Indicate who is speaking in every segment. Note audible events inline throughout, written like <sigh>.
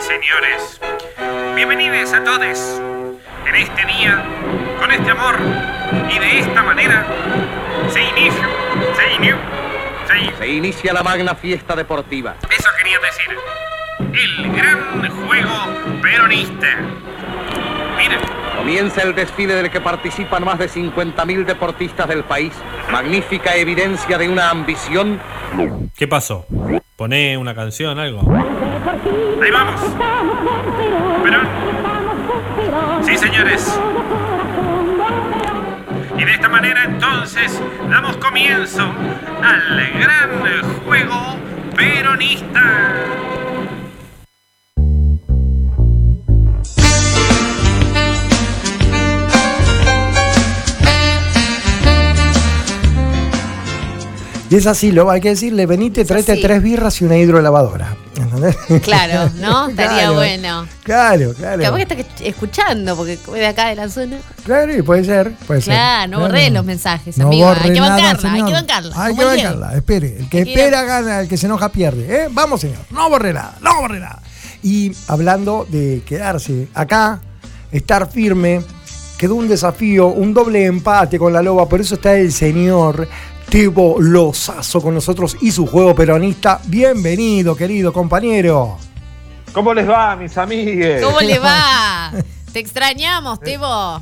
Speaker 1: señores, bienvenidos a todos en este día, con este amor y de esta manera, se inicia, se inició, se in-
Speaker 2: Se inicia la magna fiesta deportiva.
Speaker 1: Eso quería decir, el gran juego peronista. Mira,
Speaker 2: Comienza el desfile del que participan más de 50.000 deportistas del país. Magnífica evidencia de una ambición
Speaker 3: ¿Qué pasó? ¿Poné una canción, algo?
Speaker 1: ahí vamos. Perón. Sí, señores. Y de esta manera entonces damos comienzo al gran juego peronista.
Speaker 4: Y es así, lo hay que decirle, venite, tráete
Speaker 5: así.
Speaker 4: tres birras y una hidrolavadora. ¿Entendés?
Speaker 5: Claro,
Speaker 4: <laughs>
Speaker 5: ¿no? Estaría
Speaker 4: Claro.
Speaker 5: bueno.
Speaker 4: Claro, claro.
Speaker 5: Capaz que está que- escuchando, porque de acá de la zona.
Speaker 4: Claro, y puede ser, puede ser.
Speaker 5: Claro, no borré los mensajes, amigo.
Speaker 4: borre
Speaker 5: Hay que
Speaker 4: nada,
Speaker 5: bancarla, hay
Speaker 4: señor.
Speaker 5: que bancarla,
Speaker 4: Hay
Speaker 5: como
Speaker 4: que
Speaker 5: el Diego.
Speaker 4: bancarla, espere. El que
Speaker 5: Hay que ir a-
Speaker 4: espera gana, el que se enoja pierde. ¿eh? Vamos, señor, no borre nada, no borre nada. Y hablando de quedarse acá, estar firme, quedó un desafío, un doble empate con la loba. Por eso está el señor Tebo Lozazo con nosotros y su juego peronista. Bienvenido, querido compañero.
Speaker 6: ¿Cómo les va, mis amigues?
Speaker 5: ¿Cómo
Speaker 4: <laughs>
Speaker 5: le va? Te extrañamos, Tebo.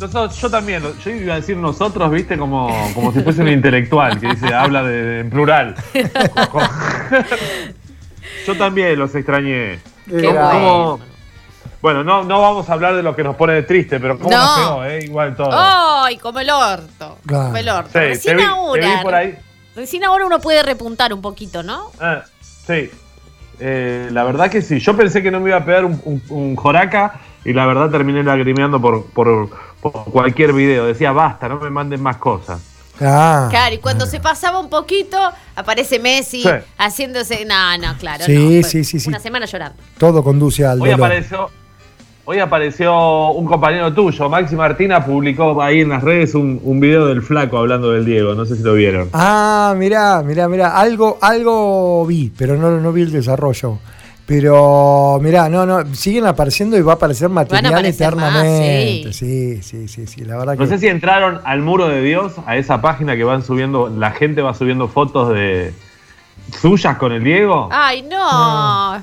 Speaker 6: Nosotros- yo también, lo- yo iba a decir nosotros, viste, como, como si fuese un intelectual que dice, habla de, de- en
Speaker 5: <laughs>
Speaker 6: plural. <laughs> yo también los extrañé.
Speaker 5: Qué
Speaker 6: ¿Cómo-
Speaker 5: bueno.
Speaker 6: cómo- bueno, no, no vamos a hablar de lo que nos pone de triste, pero cómo
Speaker 5: No.
Speaker 6: nos pegó, eh, igual todo.
Speaker 5: ¡Ay, como el orto!
Speaker 4: Claro.
Speaker 5: Como el orto.
Speaker 6: Sí, te
Speaker 5: Recién
Speaker 6: vi,
Speaker 5: ahora.
Speaker 6: te vi por ahí.
Speaker 5: Recién ahora uno puede repuntar un poquito, ¿no?
Speaker 6: Ah, sí. Eh, la verdad que sí. Yo pensé que no me iba a pegar un, un- un joraca y la verdad terminé lagrimeando por, por, por cualquier video. Decía, basta, no me manden más cosas.
Speaker 4: Ah,
Speaker 5: Claro, y cuando se pasaba un poquito, aparece Messi
Speaker 6: Sí.
Speaker 5: haciéndose. No, no, claro.
Speaker 4: Sí,
Speaker 5: no. Fue
Speaker 4: sí, sí, sí.
Speaker 5: Una semana llorando.
Speaker 4: todo conduce al
Speaker 6: Hoy
Speaker 4: dolor.
Speaker 6: apareció, hoy apareció un compañero tuyo, Maxi Martina, publicó ahí en las redes un, un video del flaco hablando del Diego. No sé si lo vieron.
Speaker 4: Ah, mirá, mirá, mirá. Algo, algo vi, pero no, no vi el desarrollo. Pero mirá, no, no, siguen apareciendo y va a aparecer material
Speaker 5: aparecer más,
Speaker 4: eternamente.
Speaker 5: sí.
Speaker 4: sí. sí, sí, sí, la verdad que.
Speaker 6: No sé si entraron al muro de Dios, a esa página que van subiendo, la gente va subiendo fotos de suyas con el Diego.
Speaker 5: ¡Ay, no!
Speaker 4: Ah.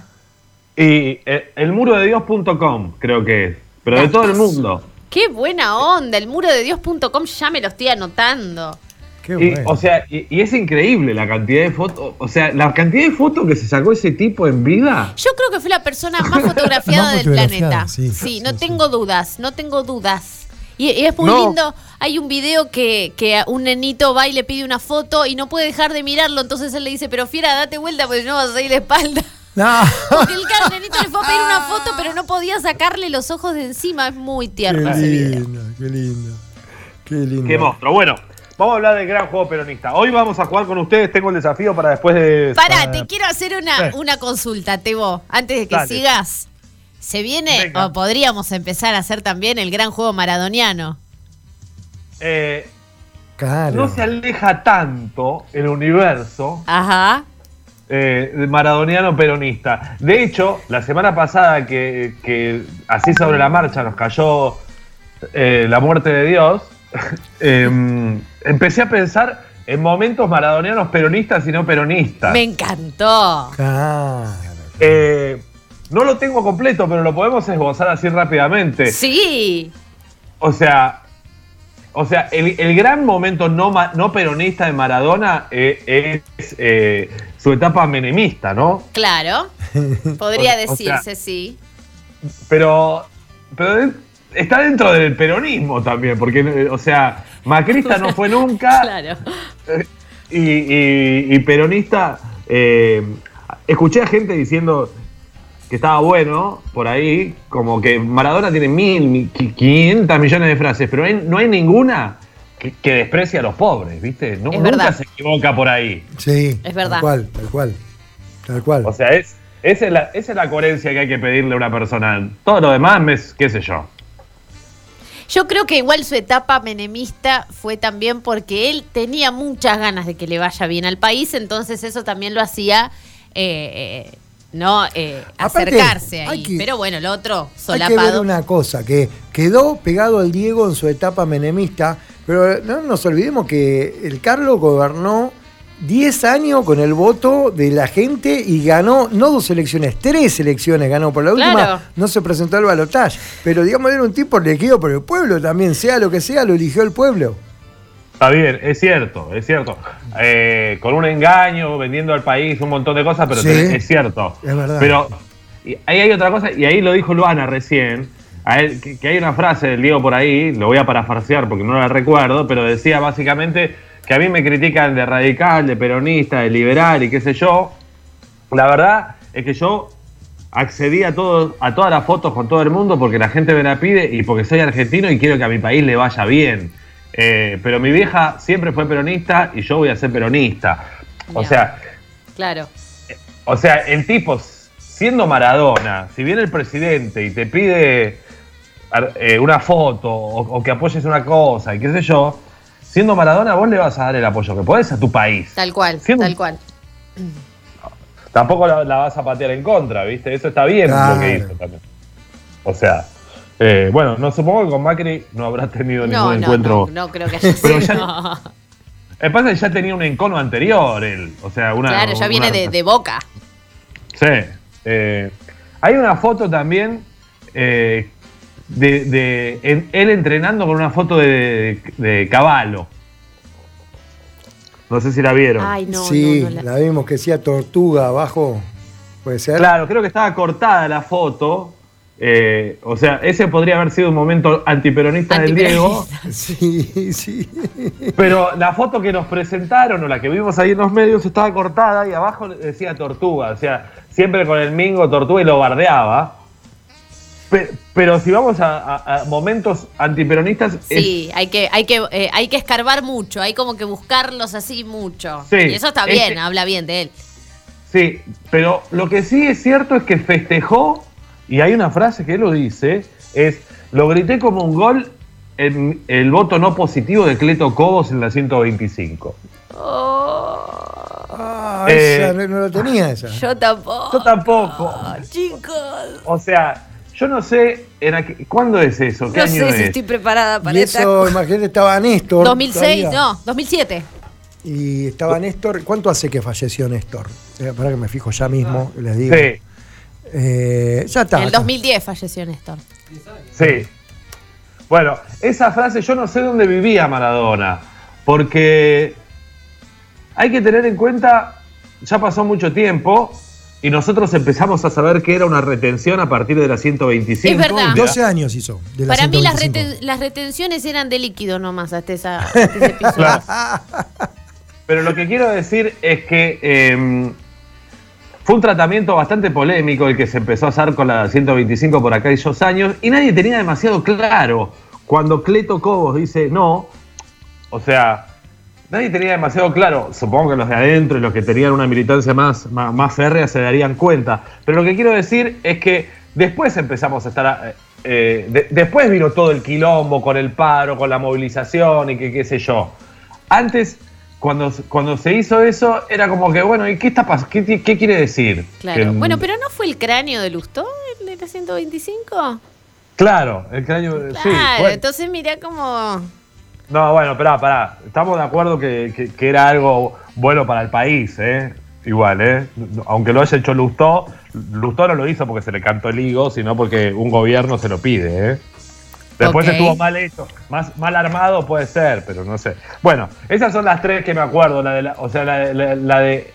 Speaker 6: Y eh, elmurodios.com creo que es, pero de todo el mundo.
Speaker 5: ¡Qué buena onda! El muro de Dios.com ya me lo estoy anotando.
Speaker 4: Qué
Speaker 6: Y,
Speaker 4: bueno.
Speaker 6: o sea, y, y es increíble la cantidad de fotos, o sea, la cantidad de fotos que se sacó ese tipo en vida.
Speaker 5: Yo creo que fue la
Speaker 4: <laughs>
Speaker 5: persona más fotografiada
Speaker 4: Más
Speaker 5: del
Speaker 4: fotografiada,
Speaker 5: planeta.
Speaker 4: sí.
Speaker 5: Sí, no
Speaker 4: Sí, sí.
Speaker 5: tengo dudas, no tengo dudas. Y, y es muy
Speaker 6: No.
Speaker 5: lindo. Hay un video que, que un nenito va y le pide una foto y no puede dejar de mirarlo. Entonces él le dice, pero fiera, date vuelta porque si no vas a ir
Speaker 4: <laughs>
Speaker 5: la espalda.
Speaker 4: No.
Speaker 5: Porque el cara- nenito le fue a pedir una foto, pero no podía sacarle los ojos de encima. Es
Speaker 4: <laughs>
Speaker 5: muy
Speaker 4: qué
Speaker 5: tierno ese video.
Speaker 4: lindo, qué lindo. Qué lindo.
Speaker 6: Qué monstruo. Bueno, vamos a hablar del gran juego peronista. Hoy vamos a jugar con ustedes, tengo el desafío para después de...
Speaker 5: Pará,
Speaker 6: para-
Speaker 5: te quiero hacer una,
Speaker 6: Eh.
Speaker 5: una consulta, Tebo, antes de que
Speaker 6: Dale.
Speaker 5: sigas. Se viene,
Speaker 6: Venga.
Speaker 5: o podríamos empezar a hacer también el gran juego maradoniano.
Speaker 6: Eh,
Speaker 4: Claro.
Speaker 6: no se aleja tanto el universo
Speaker 5: Ajá.
Speaker 6: eh, maradoniano peronista. De hecho, la semana pasada que, que así sobre la marcha nos cayó eh, la muerte de Dios, <laughs> em, empecé a pensar en momentos maradonianos peronistas y no peronistas.
Speaker 5: Me encantó.
Speaker 4: Claro.
Speaker 6: Eh, no lo tengo completo, pero lo podemos esbozar así rápidamente.
Speaker 5: Sí.
Speaker 6: O sea, o sea, el, el gran momento no, ma- no peronista de Maradona eh, es eh, su etapa menemista, ¿no?
Speaker 5: Claro. Podría
Speaker 6: O- o sea-
Speaker 5: decirse, sí.
Speaker 6: Pero, pero de- está dentro del peronismo también, porque, eh, o sea, macrista no
Speaker 5: <laughs>
Speaker 6: fue nunca
Speaker 5: Claro.
Speaker 6: eh, y, y- y peronista. eh, escuché a gente diciendo que estaba bueno por ahí, como que Maradona tiene mil, mi- qui- 500 millones de frases, pero hay- no hay ninguna que, que desprecie a los pobres, ¿viste? No-
Speaker 5: Es
Speaker 6: nunca
Speaker 5: verdad.
Speaker 6: se equivoca por ahí.
Speaker 4: Sí.
Speaker 5: Es verdad.
Speaker 4: Tal cual, tal cual. Tal cual.
Speaker 6: O sea, es, esa, es la, esa es la coherencia que hay que pedirle a una persona. Todo lo demás, me, qué sé yo.
Speaker 5: Yo creo que igual su etapa menemista fue también porque él tenía muchas ganas de que le vaya bien al país, entonces eso también lo hacía eh, eh, no eh,
Speaker 4: Aparte,
Speaker 5: acercarse ahí.
Speaker 4: hay que-
Speaker 5: Pero bueno, el otro,
Speaker 4: Hay que ver
Speaker 5: solapado.
Speaker 4: una cosa, que quedó pegado el Diego en su etapa menemista, pero no nos olvidemos que el Carlos gobernó 10 años con el voto de la gente y ganó, no dos elecciones, tres elecciones ganó. Por la última
Speaker 5: Claro.
Speaker 4: no se presentó al balotaje, pero digamos era un tipo elegido por el pueblo también, sea lo que sea, lo eligió el pueblo.
Speaker 6: Está bien, es cierto, es cierto. Eh, con un engaño, vendiendo al país un montón de cosas, pero
Speaker 4: Sí.
Speaker 6: tenés- es cierto.
Speaker 4: Es verdad.
Speaker 6: Pero y ahí hay otra cosa, y ahí lo dijo Luana recién, a él, que, que hay una frase del Diego por ahí, lo voy a parafrasear porque no la recuerdo, pero decía básicamente que a mí me critican de radical, de peronista, de liberal y qué sé yo. La verdad es que yo accedí a, todo, a todas las fotos con todo el mundo porque la gente me la pide y porque soy argentino y quiero que a mi país le vaya bien. Eh, pero mi vieja siempre fue peronista y yo voy a ser peronista. O
Speaker 5: Ya.
Speaker 6: sea,
Speaker 5: Claro.
Speaker 6: o sea, el tipo, siendo Maradona, si viene el presidente y te pide ar- eh, una foto o, o que apoyes una cosa y qué sé yo, siendo Maradona vos le vas a dar el apoyo que podés a tu país.
Speaker 5: Tal cual,
Speaker 6: Siendo-
Speaker 5: tal cual.
Speaker 6: Tampoco la, la vas a patear en contra, ¿viste? Eso está bien
Speaker 4: Claro.
Speaker 6: lo que hizo también. O sea, eh, bueno, no supongo que con Macri no habrá tenido ningún
Speaker 5: No, no,
Speaker 6: encuentro.
Speaker 5: no, no creo que haya
Speaker 6: Pero
Speaker 5: sido.
Speaker 6: ya- Eh, pasa que ya tenía un encono anterior él. O sea, una.
Speaker 5: <laughs> claro, ya
Speaker 6: una-
Speaker 5: viene de, de boca.
Speaker 6: Sí. Eh, hay una foto también eh, de, de en- él entrenando con una foto de, de Caballo. No sé si la vieron.
Speaker 5: Ay, no,
Speaker 4: sí,
Speaker 5: no, no. la-
Speaker 4: la... vimos que decía tortuga abajo, puede ser.
Speaker 6: Claro, creo que estaba cortada la foto. eh, o sea, ese podría haber sido un momento antiperonista del Diego.
Speaker 4: <laughs>
Speaker 5: Antiperonista.
Speaker 4: Sí, sí. <laughs>
Speaker 6: Pero la foto que nos presentaron o la que vimos ahí en los medios estaba cortada y abajo decía tortuga. O sea, siempre con el mingo tortuga y lo bardeaba. Pe- Pero, si vamos a, a- a momentos antiperonistas, es-
Speaker 5: Sí, hay que, hay que, eh, hay que escarbar mucho, hay como que buscarlos así mucho.
Speaker 6: Sí.
Speaker 5: y eso está bien,
Speaker 6: Ese-
Speaker 5: habla bien de él.
Speaker 6: sí, pero lo que sí es cierto es que festejó, y hay una frase que lo dice, es, lo grité como un gol en el voto no positivo de Cleto Cobos en la 125.
Speaker 4: Ah,
Speaker 6: Eh,
Speaker 4: esa no, no la tenía esa.
Speaker 5: Yo tampoco.
Speaker 6: Yo tampoco.
Speaker 5: Chicos,
Speaker 6: O sea, yo no sé en aqu- cuándo es eso, qué
Speaker 5: no
Speaker 6: año
Speaker 5: sé
Speaker 6: es.
Speaker 5: si estoy preparada para
Speaker 4: Y eso, imagínate, estaba Néstor.
Speaker 5: 2006,
Speaker 4: todavía.
Speaker 5: no, 2007.
Speaker 4: Y estaba Néstor. ¿Cuánto hace que falleció Néstor? para que me fijo ya mismo, les digo.
Speaker 6: Ah. Sí,
Speaker 4: Eh, ya está.
Speaker 5: En el
Speaker 4: acá.
Speaker 5: 2010 falleció Néstor.
Speaker 6: sí. Bueno, esa frase yo no sé dónde vivía Maradona, porque hay que tener en cuenta, ya pasó mucho tiempo y nosotros empezamos a saber que era una retención a partir de la 125.
Speaker 5: Es verdad.
Speaker 4: 12 años hizo. de la
Speaker 5: Ah. Para mí las,
Speaker 4: 125.
Speaker 5: reten- las retenciones eran de líquido nomás
Speaker 4: <laughs>
Speaker 5: hasta, esa, hasta ese episodio.
Speaker 6: Claro. Pero lo que quiero decir es que eh, fue un tratamiento bastante polémico el que se empezó a hacer con la 125 por aquellos años y nadie tenía demasiado claro. Cuando Cleto Cobos dice no, o sea, nadie tenía demasiado claro. Supongo que los de adentro y los que tenían una militancia más, más, más férrea se darían cuenta. Pero lo que quiero decir es que después empezamos a estar. a- eh, de- después vino todo el quilombo con el paro, con la movilización y que qué sé yo. Antes, cuando, cuando se hizo eso, era como que, bueno, ¿y qué, está pas- qué, ti- qué quiere decir?
Speaker 5: Claro.
Speaker 6: Que-
Speaker 5: Bueno, pero ¿no fue el cráneo de Lustó el de la 125?
Speaker 6: Claro, el cráneo.
Speaker 5: Claro,
Speaker 6: sí, bueno.
Speaker 5: entonces mirá como...
Speaker 6: No, bueno, pará, pará. Estamos de acuerdo que, que- que era algo bueno para el país, ¿eh? Igual, ¿eh? Aunque lo haya hecho Lustó, Lustó no lo hizo porque se le cantó el higo, sino porque un gobierno se lo pide, ¿eh? Después
Speaker 5: Ok.
Speaker 6: estuvo mal hecho, más, mal armado puede ser, pero no sé. Bueno, esas son las tres que me acuerdo. La de la- o sea, la, de- la- la de.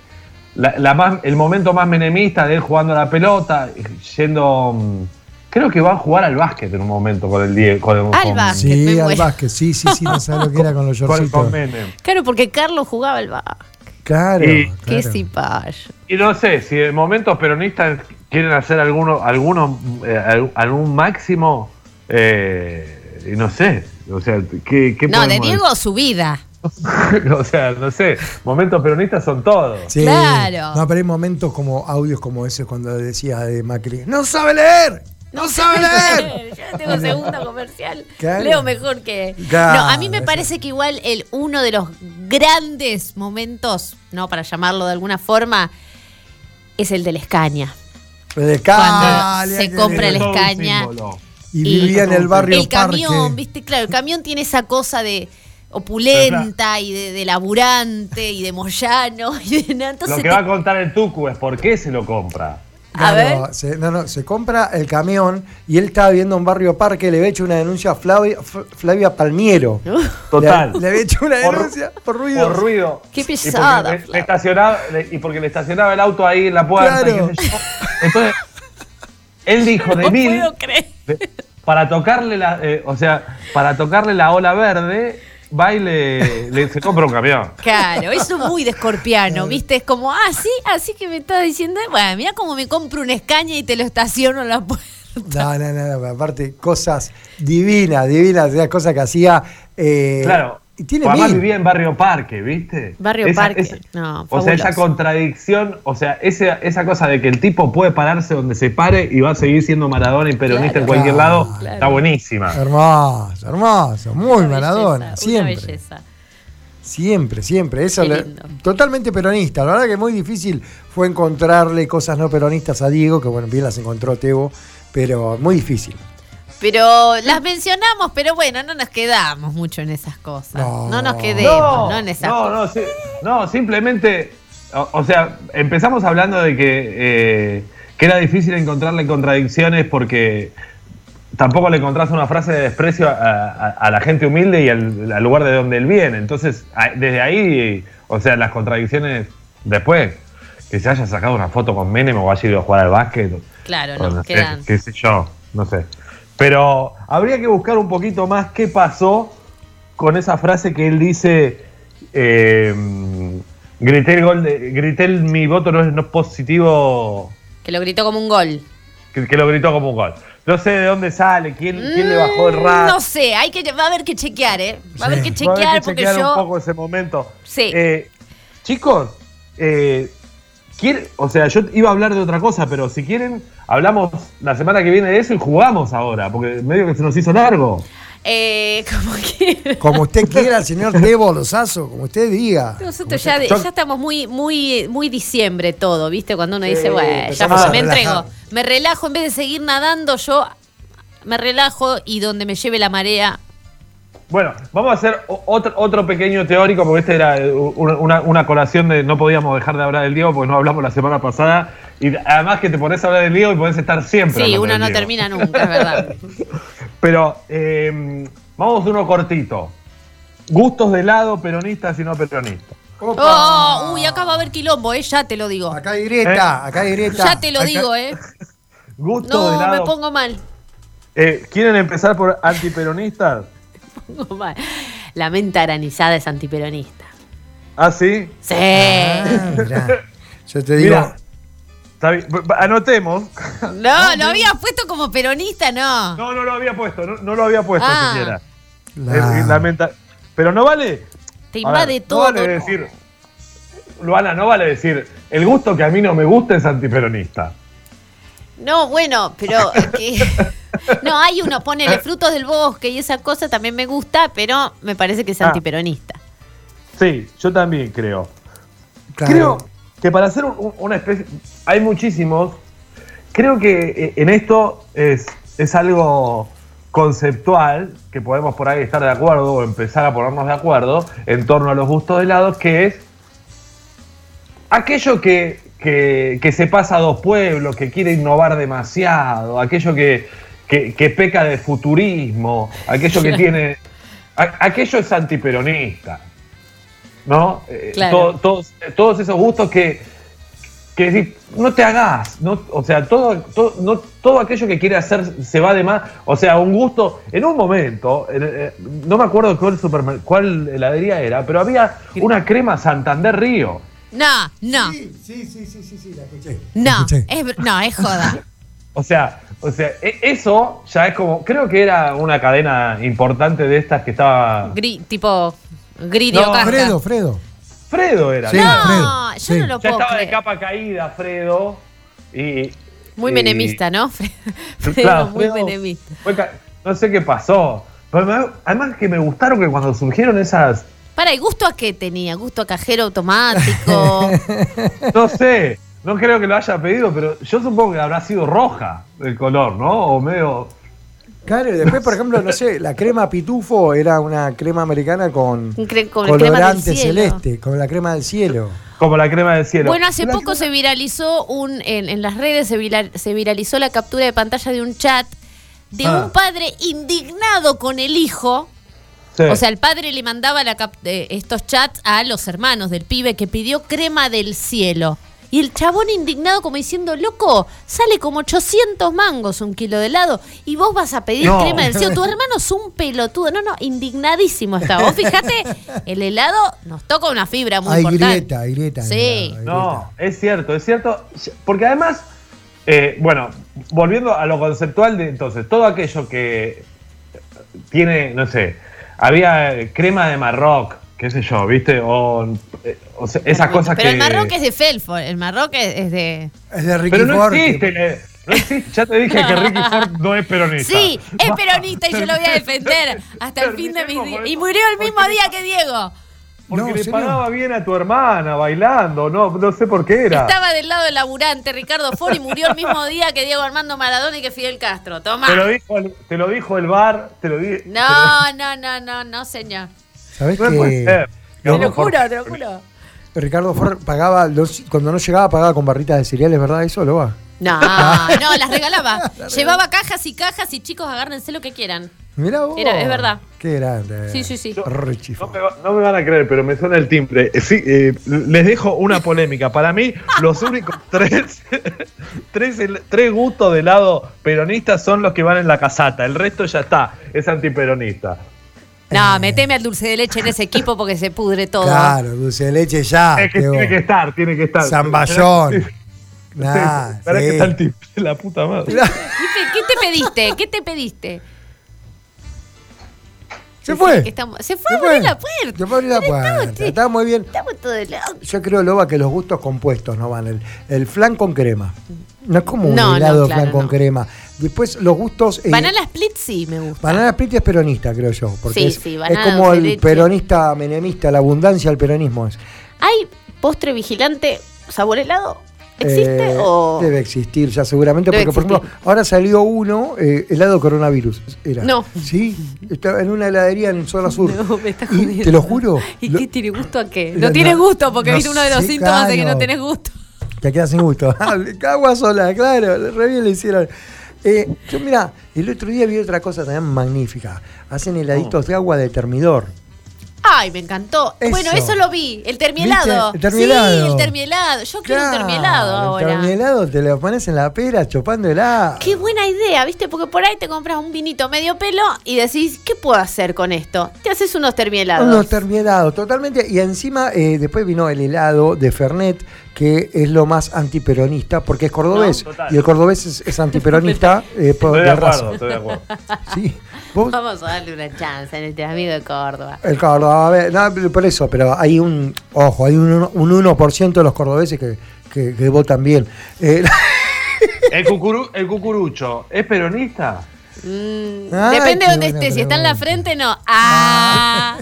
Speaker 6: la- la más, el momento más menemista de él jugando a la pelota, yendo. mm, Creo que va a jugar al básquet en un momento con el Diego. Con,
Speaker 5: Al
Speaker 6: con-
Speaker 5: básquet. Que me
Speaker 4: Sí, al
Speaker 5: muero.
Speaker 4: Vázquez, sí, sí, sí, no sabes lo que era
Speaker 6: <laughs>
Speaker 4: con los
Speaker 6: con- con
Speaker 4: yorcitos.
Speaker 6: Menem.
Speaker 5: Claro, porque Carlos jugaba al bar.
Speaker 4: Claro,
Speaker 6: Y-
Speaker 5: Qué
Speaker 4: claro.
Speaker 5: cipayo.
Speaker 6: Y no sé, si en momentos peronistas quieren hacer alguno, alguno, eh, al- algún máximo, eh, y no sé, o sea, ¿qué, qué
Speaker 5: No, de
Speaker 6: podemos
Speaker 5: Diego su vida.
Speaker 6: decir? <laughs> o sea, no sé, momentos peronistas son todos.
Speaker 4: Sí.
Speaker 5: Claro.
Speaker 4: No, pero hay momentos como audios como ese cuando decía de Macri, no sabe leer, no sabe leer. <laughs>
Speaker 5: Yo tengo segundo comercial.
Speaker 4: Claro.
Speaker 5: Leo mejor que.
Speaker 4: Claro,
Speaker 5: no, a mí me
Speaker 4: eso.
Speaker 5: parece que igual el uno de los grandes momentos, no para llamarlo de alguna forma, es el de la Escaña.
Speaker 4: de
Speaker 5: Cuando
Speaker 4: Calia,
Speaker 5: se
Speaker 4: que-
Speaker 5: compra el
Speaker 6: Todo un
Speaker 5: escaña.
Speaker 6: símbolo.
Speaker 4: Y vivía en el barrio
Speaker 5: El camión,
Speaker 4: Parque.
Speaker 5: viste, claro, el camión tiene esa cosa de opulenta y de, de laburante y de moyano. y de nada.
Speaker 6: Lo
Speaker 5: Entonces,
Speaker 6: que va a contar el Tucu es por qué se lo compra.
Speaker 5: A
Speaker 4: Claro,
Speaker 5: ver.
Speaker 4: Se, no, no, se compra el camión y él estaba viendo un barrio parque, le había hecho una denuncia a Flavia, F- Flavia
Speaker 5: <laughs>
Speaker 4: Palmiero.
Speaker 6: Total.
Speaker 4: Le, le había hecho una
Speaker 6: Por-
Speaker 4: denuncia por, ruido.
Speaker 6: Por ruido.
Speaker 5: Qué
Speaker 6: Y porque
Speaker 5: pesada,
Speaker 6: le- le
Speaker 5: Flavia.
Speaker 6: estacionaba- le- y porque le estacionaba el auto ahí en la puerta.
Speaker 4: Claro.
Speaker 6: qué sé yo. Entonces, él dijo de
Speaker 5: <laughs> no
Speaker 6: mil.
Speaker 5: puedo creer.
Speaker 6: de- para tocarle la. eh, o sea, para tocarle la ola verde, va y le, le- se compra un camión.
Speaker 5: Claro, eso es muy de escorpiano, ¿viste? Es como, ah, sí, así que me estás diciendo, bueno, mira cómo me compro una escaña y te lo estaciono en la puerta.
Speaker 4: No, no, no, no, aparte, cosas divinas, divinas, esas cosas que hacía. eh,
Speaker 6: Claro.
Speaker 4: Y tiene
Speaker 6: Además
Speaker 4: mil.
Speaker 6: vivía en Barrio Parque, ¿viste?
Speaker 5: Barrio Parque, no,
Speaker 6: o sea, esa
Speaker 5: fabuloso.
Speaker 6: contradicción, o sea, esa, esa cosa de que el tipo puede pararse donde se pare y va a seguir siendo Maradona y peronista
Speaker 5: Claro.
Speaker 6: en cualquier lado,
Speaker 5: Claro.
Speaker 6: está buenísima.
Speaker 4: Hermoso, hermoso, muy
Speaker 5: Una
Speaker 4: Maradona,
Speaker 5: belleza,
Speaker 4: siempre.
Speaker 5: Una belleza.
Speaker 4: Siempre, siempre. Eso
Speaker 5: Qué
Speaker 4: le-
Speaker 5: lindo.
Speaker 4: totalmente peronista. La verdad que muy difícil fue encontrarle cosas no peronistas a Diego, que bueno, bien las encontró Tebo, pero muy difícil.
Speaker 5: Pero las mencionamos, pero bueno, no nos quedamos mucho en esas cosas. No,
Speaker 4: No.
Speaker 5: nos
Speaker 4: Eh,
Speaker 5: quedemos, no, en esas
Speaker 6: no,
Speaker 5: cosas.
Speaker 6: no, sí, no, simplemente, o, o sea, empezamos hablando de que, eh, que era difícil encontrarle contradicciones porque tampoco le encontrás una frase de desprecio a, a- a la gente humilde y al, al lugar de donde él viene. Entonces, a- desde ahí, o sea, las contradicciones después, que se haya sacado una foto con Menem o haya ido a jugar al básquet.
Speaker 5: Claro,
Speaker 6: o
Speaker 5: no,
Speaker 6: no sé,
Speaker 5: quedan.
Speaker 6: qué sé yo, no sé. Pero habría que buscar un poquito más qué pasó con esa frase que él dice, eh, grité, el gol de- grité el- mi voto no es no es positivo,
Speaker 5: Que lo gritó como un gol.
Speaker 6: que, que lo gritó como un gol. No sé de dónde sale, quién, quién le bajó el
Speaker 5: Mm,
Speaker 6: rato.
Speaker 5: No sé, hay que, va a haber que chequear, ¿eh? Va a haber que
Speaker 6: Va a
Speaker 5: chequear
Speaker 6: haber que
Speaker 5: porque
Speaker 6: chequear
Speaker 5: yo.
Speaker 6: un poco ese momento.
Speaker 5: Sí.
Speaker 6: Eh, chicos, eh, ¿quiere- o sea, yo iba a hablar de otra cosa, pero si quieren, hablamos la semana que viene de eso y jugamos ahora, porque medio que se nos hizo largo.
Speaker 5: Eh, <laughs> como que.
Speaker 4: Como usted quiera, señor Tebo Lozazo, como usted diga.
Speaker 5: Nosotros ya, de-
Speaker 6: Yo-
Speaker 5: ya estamos muy, muy, muy diciembre todo, ¿viste? Cuando uno dice, bueno, ya
Speaker 4: empezamos
Speaker 5: fue,
Speaker 4: a
Speaker 5: me entrego.
Speaker 4: relajar".
Speaker 5: Me relajo, en vez de seguir nadando, yo me relajo y donde me lleve la marea.
Speaker 6: Bueno, vamos a hacer o- otro, otro pequeño teórico, porque este era eh, u- una, una colación de no podíamos dejar de hablar del Diego, porque no hablamos la semana pasada. Y además que te pones a hablar del Diego y podés estar siempre.
Speaker 5: Sí,
Speaker 6: hablando
Speaker 5: uno
Speaker 6: del
Speaker 5: no
Speaker 6: Diego.
Speaker 5: termina nunca, es verdad.
Speaker 6: Pero eh, vamos uno cortito. Gustos de lado, peronistas y no peronistas.
Speaker 4: Opa.
Speaker 5: Oh, uy, acá va a haber quilombo, eh, ya te lo digo.
Speaker 4: Acá hay
Speaker 6: Eh.
Speaker 4: grieta, acá Ah, hay grieta.
Speaker 5: Ya te lo
Speaker 6: acá-
Speaker 5: digo, eh.
Speaker 6: Gustos de
Speaker 5: No, me
Speaker 6: lado.
Speaker 5: pongo mal.
Speaker 6: Eh, ¿Quieren empezar por antiperonistas?
Speaker 5: me pongo mal. La menta aranizada es antiperonista.
Speaker 6: ¿Ah, sí?
Speaker 5: Sí. eh.
Speaker 4: Ah, mirá. Yo te digo,
Speaker 6: Mira, está bien. B- b- anotemos.
Speaker 5: No, lo había puesto como peronista, no.
Speaker 6: No, no lo había puesto, no, no lo había puesto
Speaker 5: Ah.
Speaker 6: siquiera.
Speaker 4: la-
Speaker 6: Eh, lamenta- Pero no vale.
Speaker 5: Te
Speaker 6: a ver,
Speaker 5: invade todo.
Speaker 6: No vale decir. Luana, no vale decir. El gusto que a mí no me gusta es antiperonista.
Speaker 5: No, bueno, pero que- <laughs> no hay uno, ponele
Speaker 6: Ah.
Speaker 5: frutos del bosque y esa cosa también me gusta, pero me parece que es
Speaker 6: Ah.
Speaker 5: antiperonista.
Speaker 6: Sí, yo también creo.
Speaker 4: claro.
Speaker 6: Creo que para hacer un- un- una especie. Hay muchísimos. Creo que eh, en esto es, es algo conceptual, que podemos por ahí estar de acuerdo o empezar a ponernos de acuerdo en torno a los gustos helados, que es aquello que, que- que se pasa a dos pueblos, que quiere innovar demasiado, aquello que, que- que peca de futurismo, aquello que tiene. a- aquello es antiperonista. ¿No? Eh,
Speaker 5: Claro.
Speaker 6: to- todos, todos esos gustos que, que decís, no te hagas, no, o sea, todo, todo, no, todo aquello que quiere hacer se va de más, o sea, un gusto, en un momento, en- eh, no me acuerdo cuál, supermer- cuál heladería era, pero había una crema Santander Río.
Speaker 5: No, no,
Speaker 4: Sí, sí, sí, sí, sí, la escuché. La
Speaker 5: no,
Speaker 4: escuché.
Speaker 5: es, no, es joda.
Speaker 6: O sea, o sea, e- eso ya es como, creo que era una cadena importante de estas que estaba...
Speaker 5: Gri- tipo gridio
Speaker 6: No,
Speaker 5: casca.
Speaker 4: Fredo, Fredo.
Speaker 6: Fredo era,
Speaker 4: Sí,
Speaker 6: ¿no?
Speaker 5: No,
Speaker 4: Fredo,
Speaker 5: yo
Speaker 4: sí.
Speaker 5: no lo
Speaker 6: ya
Speaker 5: puedo
Speaker 6: estaba de
Speaker 5: creer.
Speaker 6: capa caída Fredo. Y,
Speaker 5: Muy
Speaker 6: y- <laughs>
Speaker 5: menemista, ¿no? <laughs> Fredo,
Speaker 6: Claro,
Speaker 5: muy
Speaker 6: Fredo
Speaker 5: menemista.
Speaker 6: fue ca- no sé qué pasó. Pero me- además que me gustaron que cuando surgieron esas
Speaker 4: <laughs>
Speaker 5: <laughs> Para, ¿y gusto a qué tenía? ¿Gusto a cajero automático?
Speaker 6: No sé. No creo que lo haya pedido, pero yo supongo que habrá sido roja el color, ¿no? O medio.
Speaker 4: Claro, y después, por ejemplo, no sé, la crema pitufo era una crema americana con
Speaker 5: Un cre- con crema del
Speaker 4: colorante
Speaker 5: cielo.
Speaker 4: celeste, con la crema del cielo.
Speaker 6: Como la crema del cielo.
Speaker 5: Bueno, hace poco se viralizó un en, en las redes se, vira- se viralizó la captura de pantalla de un chat de
Speaker 6: Ah.
Speaker 5: un padre indignado con el hijo.
Speaker 6: Sí.
Speaker 5: O sea, el padre le mandaba la cap- eh, estos chats a los hermanos del pibe que pidió crema del cielo. Y el chabón indignado como diciendo, loco, sale como 800 mangos un kilo de helado y vos vas a pedir
Speaker 6: No.
Speaker 5: crema del cielo. Tu hermano es un pelotudo. No, no, indignadísimo estaba. Vos fíjate, el helado nos toca una fibra muy
Speaker 4: hay
Speaker 5: importante.
Speaker 4: grieta, hay grieta. en
Speaker 5: Sí.
Speaker 4: la- hay
Speaker 6: No, es cierto, es cierto. Porque además, eh, bueno, volviendo a lo conceptual de entonces, todo aquello que tiene, no sé, había eh, crema de Marroc, qué sé yo, ¿viste? O, eh, o sea, esas cosas
Speaker 5: Pero
Speaker 6: que.
Speaker 5: el marroque es de Felfo, el marroque es, es de...
Speaker 4: grieta. Es de Ricky
Speaker 6: Pero no
Speaker 4: Ford, que-
Speaker 6: existe. eh, No existe. Ya te dije que Ricky Ford no es peronista.
Speaker 5: Sí, es peronista y yo lo voy a defender hasta el fin de mis días. Y murió el mismo día que Diego.
Speaker 6: Porque
Speaker 4: No,
Speaker 6: le
Speaker 4: señor.
Speaker 6: pagaba bien a tu hermana bailando, no, no sé por qué era.
Speaker 5: Estaba del lado del laburante Ricardo Ford y murió el mismo día que Diego Armando Maradona y que Fidel Castro. Toma.
Speaker 6: Te lo, dijo el, te lo dijo el bar, te lo dije.
Speaker 5: No, no, no, no, no, señor.
Speaker 4: ¿Sabés
Speaker 6: No puede
Speaker 4: que
Speaker 6: ser.
Speaker 5: Te lo
Speaker 6: Mejor-
Speaker 5: juro, te lo juro.
Speaker 4: Ricardo Ford pagaba, los- cuando no llegaba, pagaba con barritas de cereales, ¿verdad? Eso lo va.
Speaker 5: No, no, las regalaba. Llevaba cajas y cajas y chicos, agárrense lo que quieran.
Speaker 4: Mirá vos.
Speaker 5: Era- es verdad.
Speaker 4: Qué grande.
Speaker 5: Sí, sí, sí.
Speaker 4: Richie
Speaker 6: No
Speaker 4: Ford.
Speaker 6: me, va- no me van a creer, pero me suena el timbre. Eh, Sí, eh, les dejo una polémica. Para mí, los únicos <laughs> tres, tres, hel- tres gustos de lado peronista son los que van en la casata. El resto ya está, es antiperonista.
Speaker 5: No, meteme al dulce de leche en ese equipo porque se pudre todo.
Speaker 4: Claro, dulce de leche ya.
Speaker 6: es que
Speaker 4: Ah, qué
Speaker 6: tiene
Speaker 4: bueno.
Speaker 6: que estar, tiene que estar. <laughs>
Speaker 4: Zamballón. Nah,
Speaker 6: Para que
Speaker 4: sí.
Speaker 6: está el timbre, la puta madre.
Speaker 5: ¿Qué te, qué te pediste? ¿Qué te pediste?
Speaker 4: Se
Speaker 5: Que
Speaker 4: fue.
Speaker 5: estamos- se fue a abrir la puerta.
Speaker 4: Se fue a abrir la
Speaker 5: Pero estamos-
Speaker 4: puerta. Está muy bien.
Speaker 5: Estamos todos locos.
Speaker 4: Yo creo, Loba, que los gustos compuestos no van. El, el flan con crema. No es como un
Speaker 5: No, no,
Speaker 4: helado de
Speaker 5: claro,
Speaker 4: flan con
Speaker 5: no.
Speaker 4: crema. Después los gustos. eh,
Speaker 5: Banana Split sí me gusta. <laughs>
Speaker 4: Banana Split es peronista, creo yo. Porque
Speaker 5: Sí,
Speaker 4: es,
Speaker 5: sí,
Speaker 4: es
Speaker 5: banana
Speaker 4: como
Speaker 5: dulce
Speaker 4: el
Speaker 5: de leche.
Speaker 4: peronista menemista, la abundancia del peronismo es.
Speaker 5: ¿Hay postre vigilante sabor helado? ¿Existe
Speaker 4: Eh,
Speaker 5: o...?
Speaker 4: Debe existir ya seguramente,
Speaker 5: Debe
Speaker 4: porque por ejemplo, ahora salió uno, eh, helado coronavirus. Era.
Speaker 5: No.
Speaker 4: Sí, estaba en una heladería en zona sur.
Speaker 5: No, me estás
Speaker 4: y
Speaker 5: jodiendo.
Speaker 4: te lo juro.
Speaker 5: ¿Y
Speaker 4: lo-
Speaker 5: qué tiene gusto a qué?
Speaker 4: No,
Speaker 5: No tiene
Speaker 4: no,
Speaker 5: gusto, porque
Speaker 4: no
Speaker 5: viste uno de los
Speaker 4: sé,
Speaker 5: síntomas de que
Speaker 4: claro.
Speaker 5: no tenés gusto.
Speaker 4: Te quedas sin gusto. <laughs> Ah, Cagua sola, claro, re bien le hicieron. Eh, yo mira, el otro día vi otra cosa también magnífica. Hacen
Speaker 5: Oh.
Speaker 4: heladitos de agua de termidor.
Speaker 5: Ay, me encantó.
Speaker 4: Eso.
Speaker 5: Bueno, eso lo vi. El termielado.
Speaker 4: ¿Viste? El termielado.
Speaker 5: Sí, el termielado. Yo quiero un
Speaker 4: Claro,
Speaker 5: termielado ahora.
Speaker 4: El termielado te lo pones en la pera chupándola.
Speaker 5: Qué buena idea, ¿viste? Porque por ahí te compras un vinito medio pelo y decís, ¿qué puedo hacer con esto? Te haces unos termielados.
Speaker 4: Unos termielados, totalmente. Y encima, eh, después vino el helado de Fernet, que es lo más antiperonista, porque es cordobés.
Speaker 6: No, total.
Speaker 4: y el cordobés es, es
Speaker 5: <laughs>
Speaker 4: antiperonista eh, por-
Speaker 6: Estoy de
Speaker 4: de
Speaker 6: acuerdo,
Speaker 4: raza.
Speaker 6: estoy de acuerdo.
Speaker 4: Sí. Vos-
Speaker 5: Vamos a darle una chance a nuestro amigo de Córdoba.
Speaker 4: el cordobés, no, pero por eso, pero hay un, ojo, hay un, uno- un 1% de los cordobeses que, que- que votan bien. Eh, <laughs>
Speaker 6: El, cucuru- el cucurucho, ¿es peronista?
Speaker 5: Mm,
Speaker 4: Ay, qué
Speaker 5: depende de dónde
Speaker 4: buena
Speaker 5: estés. Si está en la
Speaker 4: pregunta.
Speaker 5: frente, no. Ah.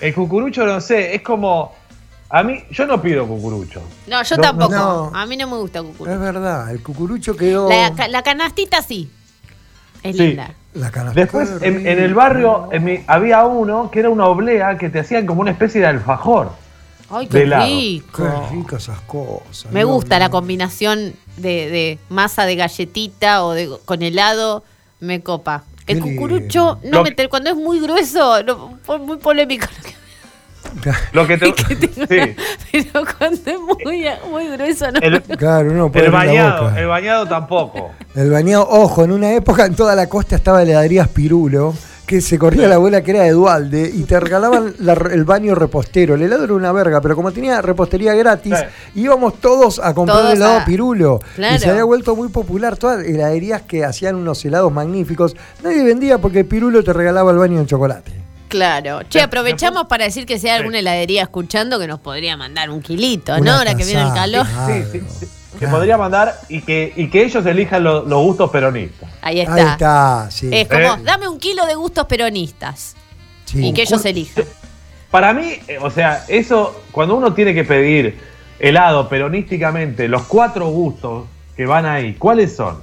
Speaker 6: El cucurucho, no sé, es como. A mí, yo no pido cucurucho.
Speaker 5: No, yo
Speaker 6: No,
Speaker 5: tampoco.
Speaker 4: no.
Speaker 5: A mí no me gusta cucurucho.
Speaker 4: es verdad, el cucurucho quedó.
Speaker 5: La, ca- la canastita sí. Es
Speaker 6: Sí.
Speaker 5: linda.
Speaker 4: la canasta
Speaker 6: Después,
Speaker 4: de
Speaker 6: en, en el
Speaker 4: río.
Speaker 6: barrio en mi- había uno que era una oblea que te hacían como una especie de alfajor.
Speaker 5: Ay,
Speaker 6: De
Speaker 5: qué
Speaker 6: helado.
Speaker 4: Qué
Speaker 5: rico.
Speaker 4: ricas esas cosas.
Speaker 5: Me
Speaker 4: Dios
Speaker 5: gusta la
Speaker 4: mío.
Speaker 5: combinación de, de masa de galletita o de con helado. Me copa. El
Speaker 4: Qué
Speaker 5: cucurucho, no
Speaker 6: Lo-
Speaker 5: me te- cuando es muy grueso, no, fue muy polémico. lo que-
Speaker 6: Lo que te.
Speaker 5: <laughs>
Speaker 6: sí.
Speaker 5: Pero cuando es muy, muy grueso, no.
Speaker 6: El,
Speaker 4: <laughs> Claro, uno puede
Speaker 6: el
Speaker 4: abrir la
Speaker 6: bañado,
Speaker 4: boca.
Speaker 6: el bañado tampoco.
Speaker 4: El bañado, ojo, en una época en toda la costa estaba heladerías Pirulo, que se corría la abuela que era de Dualde, y te
Speaker 6: <laughs>
Speaker 4: regalaban la- el baño repostero. El helado era una verga, pero como tenía repostería gratis, íbamos todos a comprar
Speaker 5: Todos
Speaker 4: helado
Speaker 5: a-
Speaker 4: Pirulo. Y
Speaker 5: Claro.
Speaker 4: se había vuelto muy popular. Todas heladerías que hacían unos helados magníficos. Nadie vendía porque Pirulo te regalaba el baño en chocolate.
Speaker 5: Claro. Che, aprovechamos para decir que si hay alguna heladería escuchando que nos podría mandar un kilito, ¿no?
Speaker 4: Una
Speaker 5: Ahora que viene el
Speaker 4: tazada,
Speaker 5: calor.
Speaker 6: Sí,
Speaker 4: claro.
Speaker 6: sí, sí. Que podría mandar y que, y que ellos elijan lo- los gustos peronistas.
Speaker 5: Ahí está.
Speaker 4: Ahí está, sí.
Speaker 5: Es como,
Speaker 6: Eh.
Speaker 5: dame un kilo de gustos peronistas
Speaker 4: sí.
Speaker 5: y que ellos elijan.
Speaker 6: Para mí, eh, o sea, eso, cuando uno tiene que pedir helado peronísticamente, los cuatro gustos que van ahí, ¿cuáles son?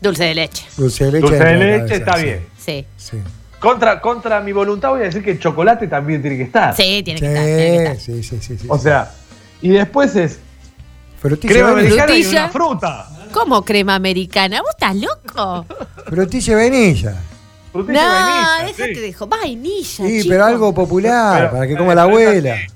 Speaker 5: Dulce de leche.
Speaker 4: Dulce de leche.
Speaker 6: Dulce
Speaker 4: entra
Speaker 6: de
Speaker 4: en la
Speaker 6: leche
Speaker 4: cabeza,
Speaker 6: está
Speaker 4: sí,
Speaker 6: bien.
Speaker 5: Sí.
Speaker 4: Sí,
Speaker 6: Contra, contra mi voluntad voy a decir que el chocolate también tiene que estar.
Speaker 5: Sí, tiene que estar. Tiene que
Speaker 4: sí, sí,
Speaker 5: estar.
Speaker 4: sí, sí, sí.
Speaker 6: O sea, y después es
Speaker 4: Frutilla
Speaker 6: crema
Speaker 4: Venice.
Speaker 6: americana y
Speaker 5: Frutilla.
Speaker 6: una fruta.
Speaker 5: ¿Cómo crema americana? ¿Vos estás loco?
Speaker 4: Frutilla y vainilla.
Speaker 6: Frutilla y vainilla,
Speaker 5: No, déjate
Speaker 6: sí.
Speaker 5: de jo- Vainilla.
Speaker 4: Sí,
Speaker 5: chico.
Speaker 4: pero algo popular,
Speaker 6: Pero-
Speaker 4: para que
Speaker 6: eh,
Speaker 4: coma la
Speaker 6: pero es
Speaker 4: abuela.
Speaker 6: así.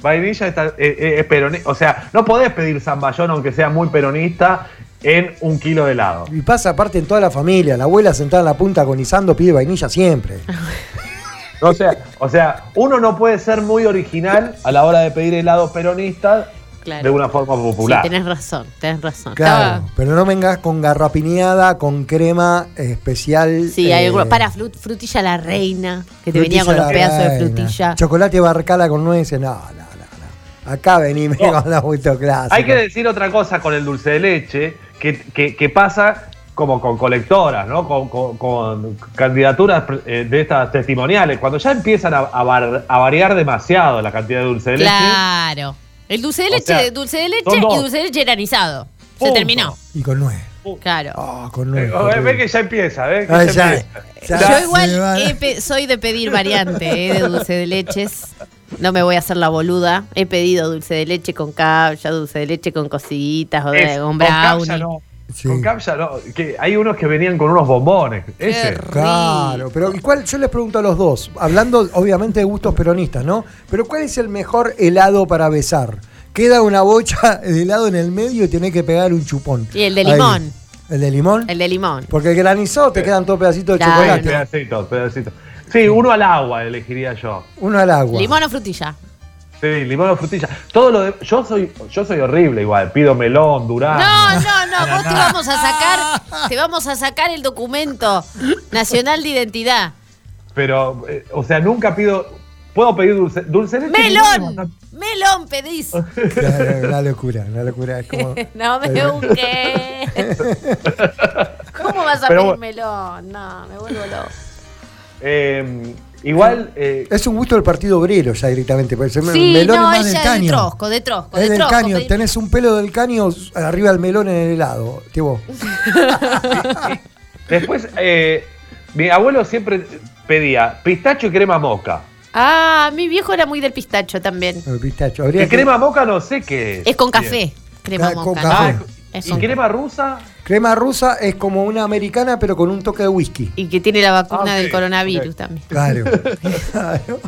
Speaker 6: Vainilla está, eh, eh, es peroni- O sea, no podés pedir zamballón, aunque sea muy peronista, en un kilo de helado.
Speaker 4: Y pasa aparte en toda la familia. La abuela sentada en la punta agonizando pide vainilla
Speaker 5: <laughs>
Speaker 4: siempre.
Speaker 6: O sea, o sea, uno no puede ser muy original a la hora de pedir helado peronista
Speaker 5: Claro.
Speaker 6: de una forma
Speaker 5: Sí,
Speaker 6: popular.
Speaker 5: tenés razón, tenés razón.
Speaker 4: Claro,
Speaker 5: Estaba-
Speaker 4: pero no vengas con garrapiñada, con crema especial.
Speaker 5: Sí, hay
Speaker 4: eh,
Speaker 5: alguno- Para fru- frutilla la reina, que te
Speaker 4: frutilla
Speaker 5: venía con los
Speaker 4: la
Speaker 5: pedazos de
Speaker 4: reina.
Speaker 5: frutilla.
Speaker 4: Chocolate barcala con nueces. No, no, no. no. Acá venime
Speaker 6: No.
Speaker 4: con la gusto clásica.
Speaker 6: Oh. Hay que decir otra cosa con el dulce de leche, que, que- que pasa como con colectoras, ¿no? Con, con- con candidaturas eh, de estas testimoniales. Cuando ya empiezan a, a var- a variar demasiado la cantidad de dulce de leche.
Speaker 5: Claro. El dulce de
Speaker 6: O
Speaker 5: leche,
Speaker 6: sea,
Speaker 5: dulce de leche
Speaker 6: son
Speaker 5: y
Speaker 6: dos.
Speaker 5: dulce de leche granizado. Se
Speaker 6: Punto.
Speaker 5: terminó.
Speaker 4: Y con nuez.
Speaker 5: Claro.
Speaker 4: Ah, con
Speaker 6: uh, Eh,
Speaker 4: nuez.
Speaker 6: oh, Ve que ya empieza, ¿ves?
Speaker 4: Ay, Ah, ya, ya
Speaker 5: Yo
Speaker 4: se va.
Speaker 5: igual he pe- soy de pedir variante eh, de dulce de leches. No me voy a hacer la boluda. He pedido dulce de leche con caucha, dulce de leche con cositas o de, con brownie.
Speaker 6: no.
Speaker 4: Sí.
Speaker 6: Con capsa no. Que hay unos que venían con unos bombones. Ese.
Speaker 4: Claro, pero ¿y cuál? Yo les pregunto a los dos, hablando obviamente de gustos peronistas, ¿no? Pero ¿cuál es el mejor helado para besar? Queda una bocha de helado en el medio y tenés que pegar un chupón.
Speaker 5: Y el de
Speaker 4: Ahí.
Speaker 5: limón.
Speaker 4: ¿El de limón?
Speaker 5: El de limón.
Speaker 4: Porque el granizado te quedan todo pedacito de
Speaker 5: Claro.
Speaker 6: Sí,
Speaker 4: chocolate.
Speaker 6: pedacitos, pedacitos. Sí, uno al agua elegiría yo.
Speaker 4: Uno al agua.
Speaker 5: Limón o frutilla.
Speaker 6: Sí, limón o frutilla. Todo lo de- yo soy yo soy horrible igual, pido melón, durazno.
Speaker 5: No,
Speaker 4: Ah.
Speaker 5: no, no, vos te vamos a sacar, te vamos a sacar el documento nacional
Speaker 4: <laughs>
Speaker 5: de identidad.
Speaker 6: Pero eh, o sea, nunca pido puedo pedir dulce dulce este de leche.
Speaker 5: Melón, melón pedís.
Speaker 4: Claro, una locura, una locura. Es como,
Speaker 5: <laughs> No me busques. ¿Cómo vas a
Speaker 6: Pero bueno.
Speaker 5: pedir melón? No, me vuelvo loco.
Speaker 6: Eh, igual eh,
Speaker 4: es un gusto del Partido Obrero ya directamente. Porque el
Speaker 5: Sí,
Speaker 4: melón
Speaker 5: no,
Speaker 4: es más del
Speaker 5: ella de
Speaker 4: caño.
Speaker 5: trosco, de trosco, de
Speaker 4: es del
Speaker 5: trosco.
Speaker 4: caño,
Speaker 5: pedí-
Speaker 4: tenés un pelo del caño arriba del melón en el helado, este Tebo.
Speaker 6: después eh, mi abuelo siempre pedía pistacho y crema moca.
Speaker 5: Ah, mi viejo era muy del pistacho también.
Speaker 4: El pistacho. Habría
Speaker 6: Que
Speaker 4: que-
Speaker 6: crema moca no sé qué es.
Speaker 5: Es con café, crema
Speaker 4: Ah, con
Speaker 5: moca.
Speaker 4: café.
Speaker 6: Ah,
Speaker 5: ¿no? Es
Speaker 6: ¿Y
Speaker 5: con-
Speaker 6: crema rusa?
Speaker 4: Crema rusa es como una americana, pero con un toque de whisky.
Speaker 5: Y que tiene la vacuna
Speaker 6: Ah,
Speaker 5: del
Speaker 6: ok,
Speaker 5: coronavirus
Speaker 6: ok.
Speaker 5: también. <laughs>
Speaker 4: Claro. Claro.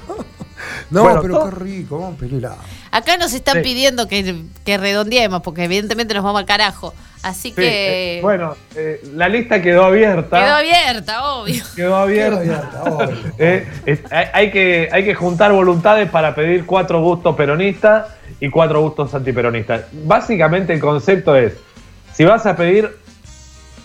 Speaker 4: No,
Speaker 6: Bueno,
Speaker 4: pero
Speaker 6: todo-
Speaker 4: qué rico, vamos a
Speaker 5: Acá nos están
Speaker 6: Sí.
Speaker 5: pidiendo que, que redondeemos, porque evidentemente nos vamos al carajo. Así
Speaker 6: Sí,
Speaker 5: que
Speaker 6: eh, bueno, eh, la lista quedó abierta.
Speaker 5: quedó abierta,
Speaker 6: <laughs>
Speaker 5: obvio.
Speaker 6: Quedó abierta.
Speaker 4: pelular.
Speaker 6: <laughs> Eh, es- hay, hay que, hay que juntar voluntades para pedir cuatro gustos peronistas y cuatro gustos antiperonistas. Básicamente el concepto es, si vas a pedir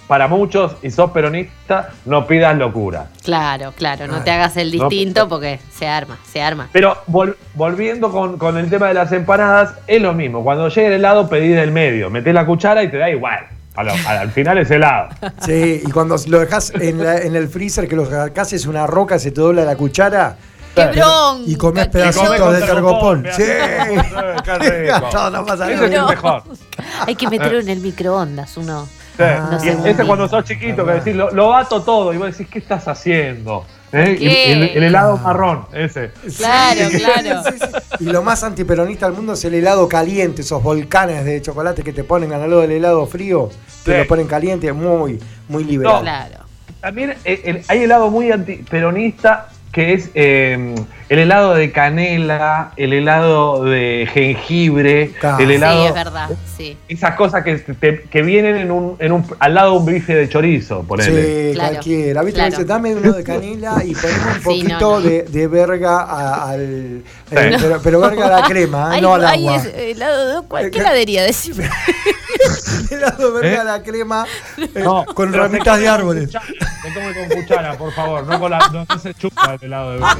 Speaker 6: para muchos y sos peronista, no pidas locura.
Speaker 5: Claro, claro,
Speaker 4: Ah.
Speaker 5: no te hagas el
Speaker 6: No,
Speaker 5: distinto
Speaker 6: pero-
Speaker 5: porque se arma, se arma.
Speaker 6: Pero vol- volviendo con, con el tema de las empanadas, es lo mismo. Cuando llegue el helado, pedí del medio. Metés la cuchara y te da igual. A lo- al, al final es helado.
Speaker 4: Sí, y cuando lo dejas en, la- en el freezer, que lo sacás es una roca, se te dobla la cuchara.
Speaker 5: ¡Qué
Speaker 6: Pero-
Speaker 5: bronca!
Speaker 4: Y comés
Speaker 5: qué
Speaker 4: pedacitos
Speaker 5: bronca!
Speaker 4: de cargopón.
Speaker 6: pedazos
Speaker 4: Sí.
Speaker 6: de cargopón, <laughs> qué rico.
Speaker 4: <laughs> No, no pasa
Speaker 6: Eso es
Speaker 4: nada.
Speaker 6: el mejor.
Speaker 5: Hay
Speaker 6: Ah.
Speaker 5: que meterlo en el microondas, uno.
Speaker 6: Sí.
Speaker 5: No
Speaker 6: y
Speaker 5: sé,
Speaker 6: ese
Speaker 5: muy
Speaker 6: cuando
Speaker 5: bien.
Speaker 6: sos chiquito, que decís, lo, lo bato todo, y vos decís, ¿qué estás haciendo? ¿Eh? Y-
Speaker 5: ¿Qué?
Speaker 6: y El, el helado marrón, ese.
Speaker 5: Claro, claro.
Speaker 4: Y lo más antiperonista del mundo es el helado caliente, esos volcanes de chocolate que te ponen al lado del helado frío, te
Speaker 6: Sí.
Speaker 4: lo ponen caliente, muy, muy liberal.
Speaker 5: Claro.
Speaker 6: También eh, el- hay helado muy antiperonista, que es eh, el helado de canela, el helado de jengibre,
Speaker 4: Claro.
Speaker 6: el
Speaker 4: Sí,
Speaker 6: helado...
Speaker 5: Sí, es verdad, sí.
Speaker 6: Esas cosas que, te- que vienen en un, en un, al lado de un bife de chorizo, ponele.
Speaker 4: Sí,
Speaker 5: Claro,
Speaker 4: cualquiera. ¿Viste?
Speaker 5: claro.
Speaker 4: Dice, dame uno
Speaker 5: <laughs>
Speaker 4: de canela y ponemos un
Speaker 5: Sí,
Speaker 4: poquito
Speaker 5: no, no.
Speaker 4: De, de verga a- al.
Speaker 6: Sí.
Speaker 4: eh, pero, pero verga a la crema, eh,
Speaker 5: Ay,
Speaker 4: no al
Speaker 5: ay,
Speaker 4: agua. <laughs>
Speaker 5: es- helado de cualquier heladería, decime.
Speaker 4: Helado verga a la crema eh,
Speaker 6: No,
Speaker 4: con
Speaker 6: pero se
Speaker 4: ramitas
Speaker 6: come
Speaker 4: de
Speaker 6: con
Speaker 4: árboles.
Speaker 6: cuchara, Se come con cuchara, por favor. No, con la, no, no se chupa el helado de verga.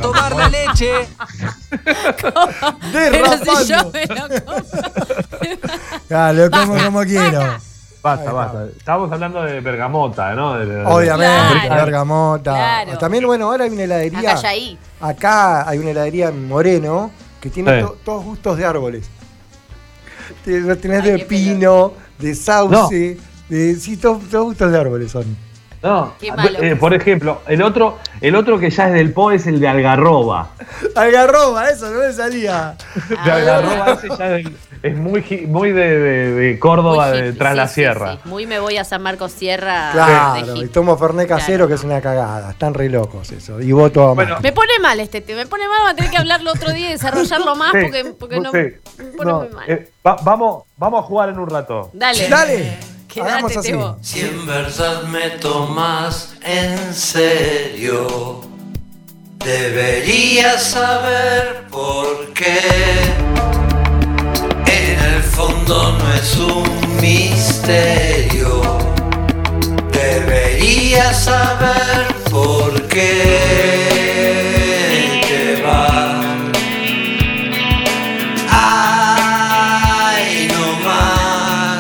Speaker 5: Pero si yo
Speaker 4: Derrapando.
Speaker 5: me lo compro.
Speaker 4: Ah, lo como como quiero.
Speaker 6: Basta, basta. Estábamos hablando de bergamota, ¿no? De- de- de-
Speaker 4: Obviamente,
Speaker 5: Claro.
Speaker 4: bergamota.
Speaker 5: Claro.
Speaker 4: También, bueno, ahora hay una heladería.
Speaker 5: Acá ya ahí.
Speaker 4: Acá hay una heladería en Moreno que tiene
Speaker 6: Sí.
Speaker 4: to- todos gustos de árboles. Te- Los tenés
Speaker 5: Ay,
Speaker 4: de
Speaker 5: qué
Speaker 4: pino, de sauce, de. Sí, todos todos gustos de árboles son.
Speaker 6: No,
Speaker 5: Qué malo.
Speaker 6: eh, por ejemplo, el otro, el otro que ya es del PO es el de Algarroba.
Speaker 4: Algarroba, eso no me salía.
Speaker 5: Ah.
Speaker 6: De Algarroba ese ya es, es muy, gi- muy de, de- de Córdoba,
Speaker 5: Muy
Speaker 6: de,
Speaker 5: hippie,
Speaker 6: tras
Speaker 5: sí,
Speaker 6: la
Speaker 5: sí,
Speaker 6: sierra.
Speaker 5: sí. Muy me voy a San Marcos Sierra. Ah, de
Speaker 4: Claro, y
Speaker 5: hippie.
Speaker 4: tomo Fernet casero,
Speaker 5: Claro,
Speaker 4: que es una cagada. Están re locos eso. Y voto a
Speaker 6: Bueno,
Speaker 4: Macri.
Speaker 5: Me pone mal este tema, me pone mal, va a tener que hablarlo otro día y desarrollarlo más
Speaker 6: Sí,
Speaker 5: Ah, porque, porque no
Speaker 6: sí.
Speaker 5: me pone
Speaker 6: No,
Speaker 5: muy mal.
Speaker 6: eh, va- vamos, vamos a jugar en un rato.
Speaker 5: Dale.
Speaker 4: Dale, hagamos
Speaker 5: Quédate,
Speaker 4: así.
Speaker 5: Tebo.
Speaker 7: Si en verdad me tomas en serio, deberías saber por qué. En el fondo no es un misterio. Deberías saber por qué te vas. Ay, no más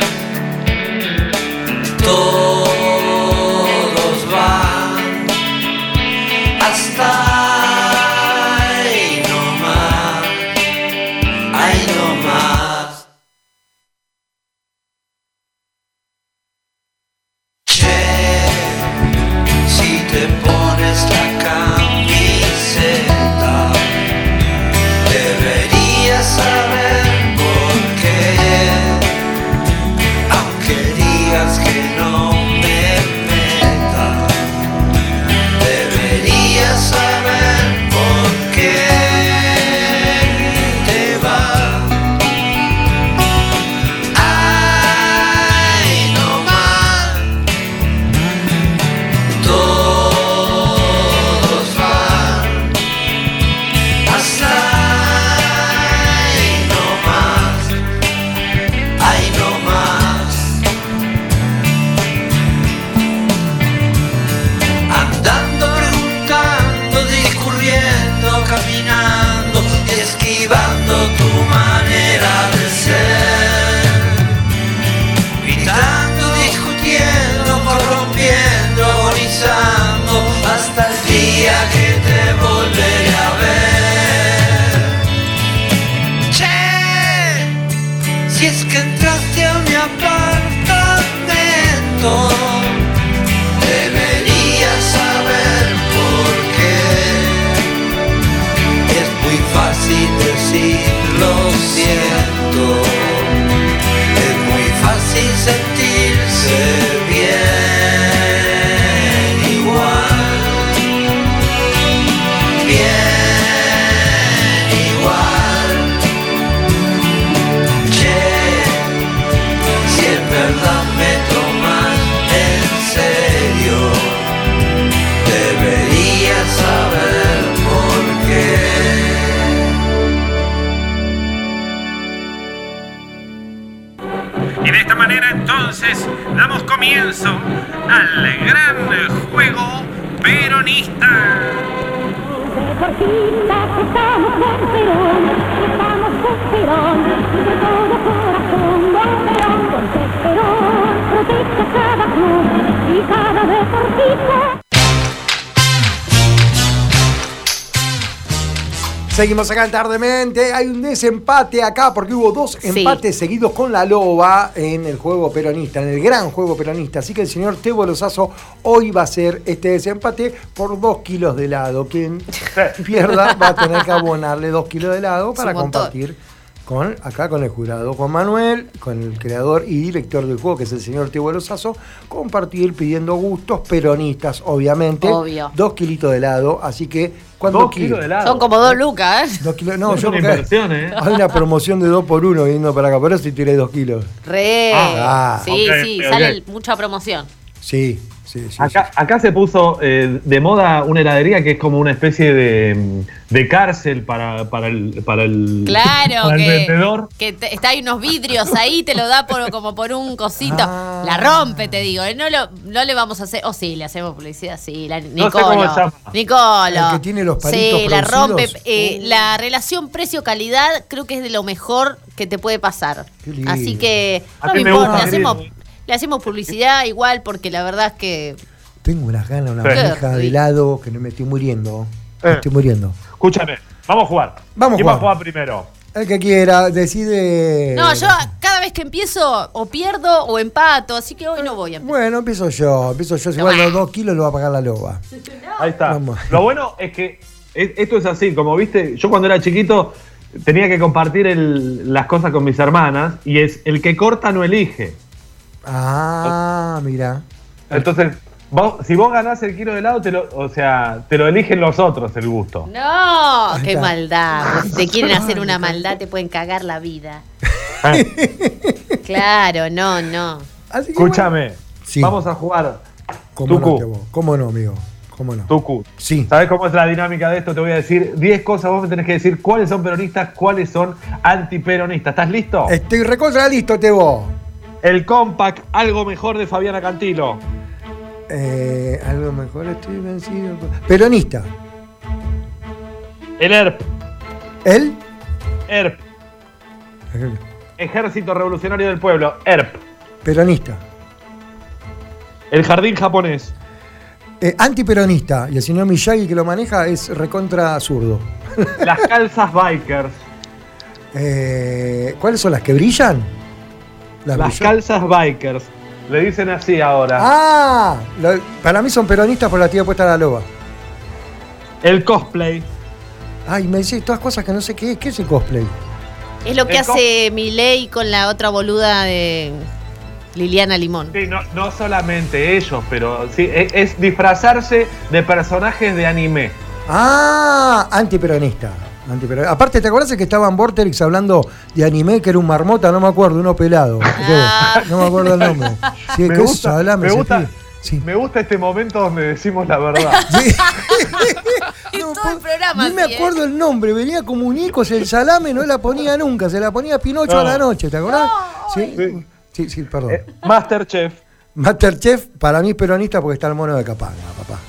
Speaker 7: todos van hasta ahí nomás, ahí nomás. Che, si te pones la camiseta, deberías saber por qué aunque digas que no me metas, deberías saber por qué te va. Ay, no más, todos van hasta ahí no más. Ay, no más. Andando, preguntando, discurriendo, caminando y esquivando tu manera de ser. Gritando, discutiendo, corrompiendo, agonizando, hasta el día que te volveré a ver. Che, si es que entraste a mi apartamento, deberías saber por qué. Es muy fácil decir lo siento, es muy fácil sentirse bien igual, bien igual. Che, si en verdad me tomas en serio, deberías saber por qué.
Speaker 1: Y de esta manera entonces damos comienzo al gran juego peronista.
Speaker 8: Por fin estamos con Perón, estamos con Perón, de todo corazón, con Perón, porque Perón protege a cada club y cada deportista.
Speaker 4: Seguimos acá en Tardemente. Hay un desempate acá porque hubo dos
Speaker 5: Sí.
Speaker 4: empates seguidos con la loba en el juego peronista, en el gran juego peronista. Así que el señor Tebo Lozazo hoy va a hacer este desempate por dos kilos de
Speaker 6: <laughs>
Speaker 4: helado. Quien pierda va a tener que abonarle dos kilos de helado para
Speaker 5: un montón.
Speaker 4: compartir con, acá con el jurado Juan Manuel, con el creador y director del juego, que es el señor Tebo Lozazo, compartir pidiendo gustos peronistas, obviamente.
Speaker 5: Obvio.
Speaker 4: Dos kilitos de helado. Así que, ¿cuántos
Speaker 6: Dos kilos de helado.
Speaker 5: Son como dos lucas, ¿eh?
Speaker 4: Dos kilos. No,
Speaker 6: Es
Speaker 4: yo
Speaker 6: una
Speaker 4: porque
Speaker 6: inversión, ¿eh?
Speaker 4: Hay una promoción de 2 por 1 viniendo para acá, por eso tiré 2 kilos.
Speaker 5: Re.
Speaker 4: Ah, ah,
Speaker 5: sí,
Speaker 6: ok,
Speaker 5: sí,
Speaker 6: ok.
Speaker 5: sale mucha promoción.
Speaker 4: Sí, sí, sí.
Speaker 6: Acá, acá se puso eh, de moda una heladería que es como una especie de, mm, de cárcel para, para el, para el,
Speaker 5: Claro
Speaker 6: para el
Speaker 5: que,
Speaker 6: vendedor.
Speaker 5: que te- está hay unos vidrios ahí, te lo da por, como por un cosito.
Speaker 4: Ah.
Speaker 5: La rompe, te digo. ¿eh? No, lo- no le vamos a hacer. Oh, sí, le hacemos publicidad, sí. La,
Speaker 6: No sé cómo se
Speaker 5: Nicolo.
Speaker 6: llama.
Speaker 5: Nicolo.
Speaker 4: El que tiene los palitos
Speaker 5: Sí, la
Speaker 4: producidos.
Speaker 5: rompe. eh,
Speaker 4: Uh.
Speaker 5: La relación precio-calidad creo que es de lo mejor que te puede pasar.
Speaker 4: Qué lindo.
Speaker 5: Así que
Speaker 6: A
Speaker 5: no
Speaker 6: mí
Speaker 5: me
Speaker 6: me
Speaker 5: importa, le
Speaker 6: gusta,
Speaker 5: hacemos,
Speaker 6: querido.
Speaker 5: le hacemos publicidad igual porque la verdad es que.
Speaker 4: Eh. Tengo unas ganas, una
Speaker 6: Sí.
Speaker 4: manija de
Speaker 5: Sí.
Speaker 4: helado que no me estoy muriendo. Me
Speaker 6: Eh.
Speaker 4: estoy muriendo.
Speaker 6: Escúchame, vamos a jugar.
Speaker 4: Vamos a
Speaker 6: ¿Quién va a
Speaker 4: jugar.
Speaker 6: jugar primero?
Speaker 4: El que quiera, decide.
Speaker 5: No, yo vez que empiezo o pierdo o empato, así que hoy no voy a empezar.
Speaker 4: Bueno, empiezo yo, empiezo yo. Si igual los dos kilos lo va a pagar la loba.
Speaker 6: Ahí está.
Speaker 4: Vamos.
Speaker 6: Lo bueno es que es- esto es así, como viste, yo cuando era chiquito tenía que compartir el- las cosas con mis hermanas y es el que corta no elige.
Speaker 4: Ah, mira.
Speaker 6: Entonces, vos- si vos ganás el kilo de helado, te lo, o sea, te lo eligen los otros el gusto.
Speaker 5: No, qué
Speaker 4: está.
Speaker 5: maldad. Si te quieren hacer una maldad, te pueden cagar la vida.
Speaker 4: <laughs>
Speaker 6: Eh,
Speaker 5: Claro, no, no.
Speaker 4: Así que,
Speaker 6: Escúchame,
Speaker 4: Sí.
Speaker 6: vamos a jugar
Speaker 4: bueno, ¿Cómo no,
Speaker 6: Tucu.
Speaker 4: que vos? ¿Cómo no, amigo? ¿Cómo no?
Speaker 6: Tucu.
Speaker 4: Sí.
Speaker 6: ¿Sabés cómo es la dinámica de esto? Te voy a decir 10 cosas, vos me tenés que decir cuáles son peronistas, cuáles son antiperonistas. ¿Estás listo?
Speaker 4: Estoy recontra listo, te vos.
Speaker 6: El compact, algo mejor de Fabiana Cantilo.
Speaker 4: Eh, algo mejor estoy vencido. Peronista.
Speaker 6: El ERP,
Speaker 4: ¿Él?
Speaker 6: ERP, Ejército Revolucionario del Pueblo, ERP.
Speaker 4: Peronista.
Speaker 6: El jardín japonés.
Speaker 4: Eh, antiperonista. Y el señor Miyagi que lo maneja es recontra zurdo.
Speaker 6: Las calzas bikers.
Speaker 4: Eh, ¿Cuáles son las que brillan?
Speaker 6: Las
Speaker 4: brillan-
Speaker 6: calzas bikers. Le dicen así ahora.
Speaker 4: Ah, lo- para mí son peronistas por la tía puesta a la loba.
Speaker 6: El cosplay.
Speaker 4: Ay, me decís todas cosas que no sé qué es. ¿Qué es el cospley?
Speaker 5: Es lo que
Speaker 6: El co-
Speaker 5: hace Milei con la otra boluda de Liliana Limón.
Speaker 6: Sí, no, no solamente ellos, pero sí, es, es disfrazarse de personajes de anime.
Speaker 4: Ah, antiperonista. Antiperonista. Aparte, ¿te acordás que estaba en Vorterix hablando de anime que era un marmota? No me acuerdo, uno pelado.
Speaker 5: Ah.
Speaker 4: No me acuerdo el nombre.
Speaker 6: <laughs>
Speaker 4: Sí,
Speaker 6: Me
Speaker 4: ¿qué es?
Speaker 6: gusta-
Speaker 4: Hablame,
Speaker 6: me
Speaker 4: ese
Speaker 6: gusta-
Speaker 4: pibe. Sí.
Speaker 6: Me gusta este momento donde decimos la verdad.
Speaker 4: <laughs> Sí.
Speaker 5: Y todo
Speaker 4: puedo-
Speaker 5: el programa
Speaker 4: ni me
Speaker 5: así, ¿eh?
Speaker 4: acuerdo el nombre, venía como un Icos, el salame no la ponía nunca, se la ponía Pinocho
Speaker 6: No.
Speaker 4: a la noche, ¿te acordás? Sí, sí, sí, perdón.
Speaker 6: Eh, Masterchef.
Speaker 4: Masterchef, para mí es peronista porque está el mono de Capanga, papá.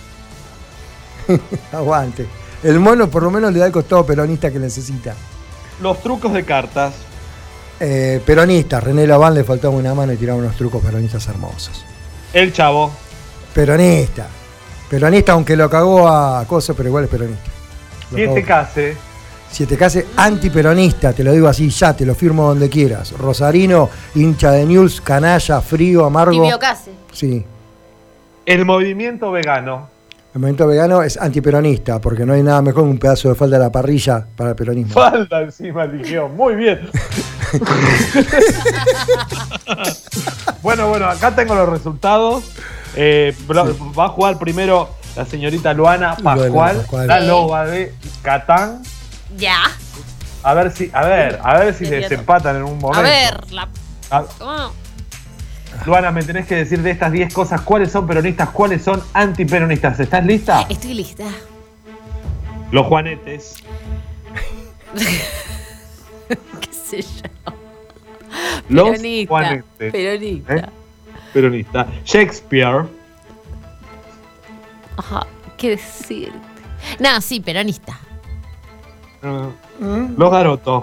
Speaker 4: <laughs> Aguante. El mono por lo menos le da el costado peronista que necesita.
Speaker 6: Los trucos de cartas.
Speaker 4: Eh, peronista, René Laván le faltaba una mano y tiraba unos trucos peronistas hermosos.
Speaker 6: El chavo.
Speaker 4: Peronista. Peronista, aunque lo cagó a Coso, pero igual es peronista. Lo
Speaker 6: Siete
Speaker 4: cagó.
Speaker 6: este case.
Speaker 4: Siete Case, antiperonista, te lo digo así, ya te lo firmo donde quieras. Rosarino, hincha de News, canalla, frío, amargo.
Speaker 5: Tibio Case.
Speaker 4: Sí.
Speaker 6: El movimiento vegano.
Speaker 4: El movimiento vegano es antiperonista, porque no hay nada mejor que un pedazo de falda a la parrilla para el peronismo.
Speaker 6: Falda encima eligió. Muy bien. bueno, bueno, acá tengo los resultados. Eh, bro- Va a jugar primero la señorita Luana Pascual,
Speaker 4: Luana Pascual.
Speaker 6: la
Speaker 5: Sí.
Speaker 6: loba de Catán.
Speaker 5: Ya.
Speaker 6: A ver si, a ver, a ver si
Speaker 5: Te pierdo.
Speaker 6: desempatan en un momento.
Speaker 5: A ver, la.
Speaker 6: A-
Speaker 5: ¿cómo?
Speaker 6: Luana, me tenés que decir de estas 10 cosas cuáles son peronistas, cuáles son antiperonistas. ¿Estás lista?
Speaker 5: Estoy lista. <laughs>
Speaker 6: Los Juanetes.
Speaker 5: ¿Qué sé yo?
Speaker 6: Los
Speaker 5: Peronista.
Speaker 6: Juanetes.
Speaker 5: Peronista.
Speaker 6: ¿eh? Peronista. Shakespeare.
Speaker 5: Ajá. ¿Qué decirte? Nada, sí, peronista.
Speaker 6: eh, Los Garotos.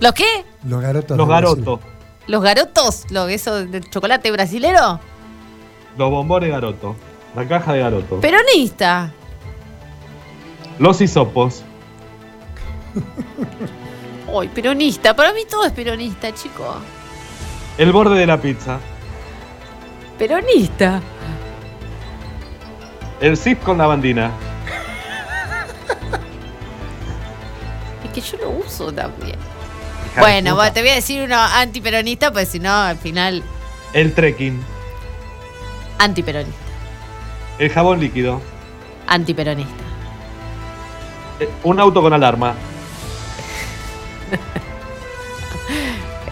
Speaker 5: ¿Los qué?
Speaker 4: Los garotos.
Speaker 6: Los
Speaker 4: de Brasil.
Speaker 6: Garotos.
Speaker 5: ¿Los garotos? ¿Lo, ¿Eso del chocolate brasilero?
Speaker 6: Los bombones Garoto. La caja de Garoto.
Speaker 5: Peronista.
Speaker 6: Los hisopos.
Speaker 5: Ay, peronista. Para mí todo es peronista, chico.
Speaker 6: El borde de la pizza.
Speaker 5: Peronista.
Speaker 6: El zip con la bandina.
Speaker 5: Es que yo lo uso también. bueno, va, te voy a decir uno antiperonista, pues si no, al final,
Speaker 6: El trekking.
Speaker 5: antiperonista.
Speaker 6: El jabón líquido.
Speaker 5: Antiperonista.
Speaker 6: eh, Un auto con alarma.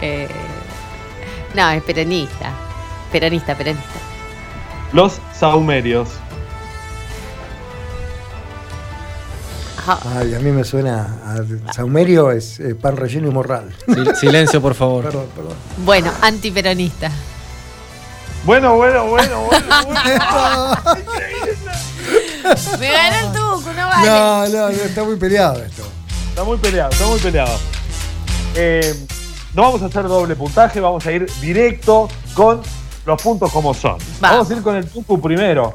Speaker 5: Eh, no, es peronista. Peronista, peronista.
Speaker 6: Los saumerios.
Speaker 5: Ajá.
Speaker 4: Ay, a mí me suena. A Saumerio es eh, pan relleno y morral.
Speaker 9: Sil- silencio, por favor.
Speaker 4: perdón, perdón.
Speaker 5: Bueno,
Speaker 6: <laughs>
Speaker 5: antiperonista.
Speaker 6: Bueno, bueno, bueno, <laughs> bueno. bueno.
Speaker 5: Me ganó el tuco, no vale.
Speaker 4: No, no, no, está muy peleado esto.
Speaker 6: Está muy peleado, está muy peleado. Eh, no vamos a hacer doble puntaje, vamos a ir directo con los puntos como son.
Speaker 5: Va.
Speaker 6: Vamos a ir con el Tucu primero.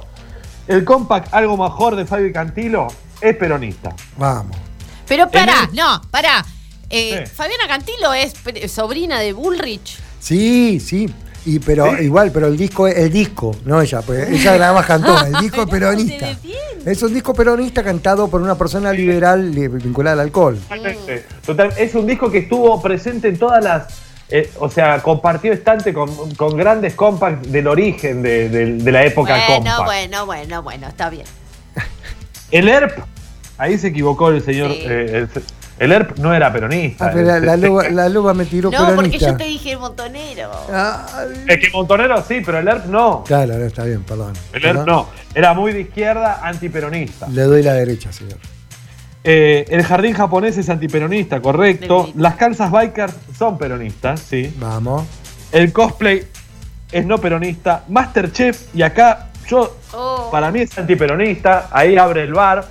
Speaker 6: El compact algo mejor de Fabio Cantilo es peronista.
Speaker 4: Vamos.
Speaker 5: Pero pará,
Speaker 6: En
Speaker 5: no, pará. Eh,
Speaker 6: Sí.
Speaker 5: Fabiana Cantilo es pre- sobrina de Bullrich.
Speaker 4: Sí, sí. Y pero
Speaker 6: Sí.
Speaker 4: igual, pero el disco, el disco, no ella, pues ella nada más cantó, el
Speaker 5: <laughs>
Speaker 4: disco es
Speaker 5: Pero no se
Speaker 4: peronista.
Speaker 5: defiende.
Speaker 4: Es un disco peronista cantado por una persona liberal eh, vinculada al alcohol.
Speaker 5: Mm.
Speaker 6: Exactamente. Total, es un disco que estuvo presente en todas las. eh, o sea, compartió estante con, con grandes compacts del origen de, de- de la época
Speaker 5: Bueno,
Speaker 6: compact.
Speaker 5: bueno, bueno, bueno, está bien.
Speaker 6: El ERP, ahí se equivocó el señor.
Speaker 5: Sí.
Speaker 6: eh, el, el ERP no era peronista.
Speaker 4: Ah, pero la,
Speaker 6: El-
Speaker 4: la loba, la loba me tiró
Speaker 5: <laughs> No, porque
Speaker 4: peronista.
Speaker 5: yo te dije el montonero.
Speaker 4: Ay.
Speaker 6: Es que Montonero sí, pero el ERP no.
Speaker 4: Claro, no, está bien, perdón.
Speaker 6: El ERP no. Era muy de izquierda, antiperonista.
Speaker 4: Le doy la derecha, señor.
Speaker 6: Eh, el jardín japonés es antiperonista, correcto.
Speaker 5: Delito.
Speaker 6: Las calzas bikers son peronistas, sí.
Speaker 4: Vamos.
Speaker 6: El cosplay es no peronista. Masterchef, y acá yo,
Speaker 5: Oh.
Speaker 6: para mí es antiperonista. Ahí abre el bar.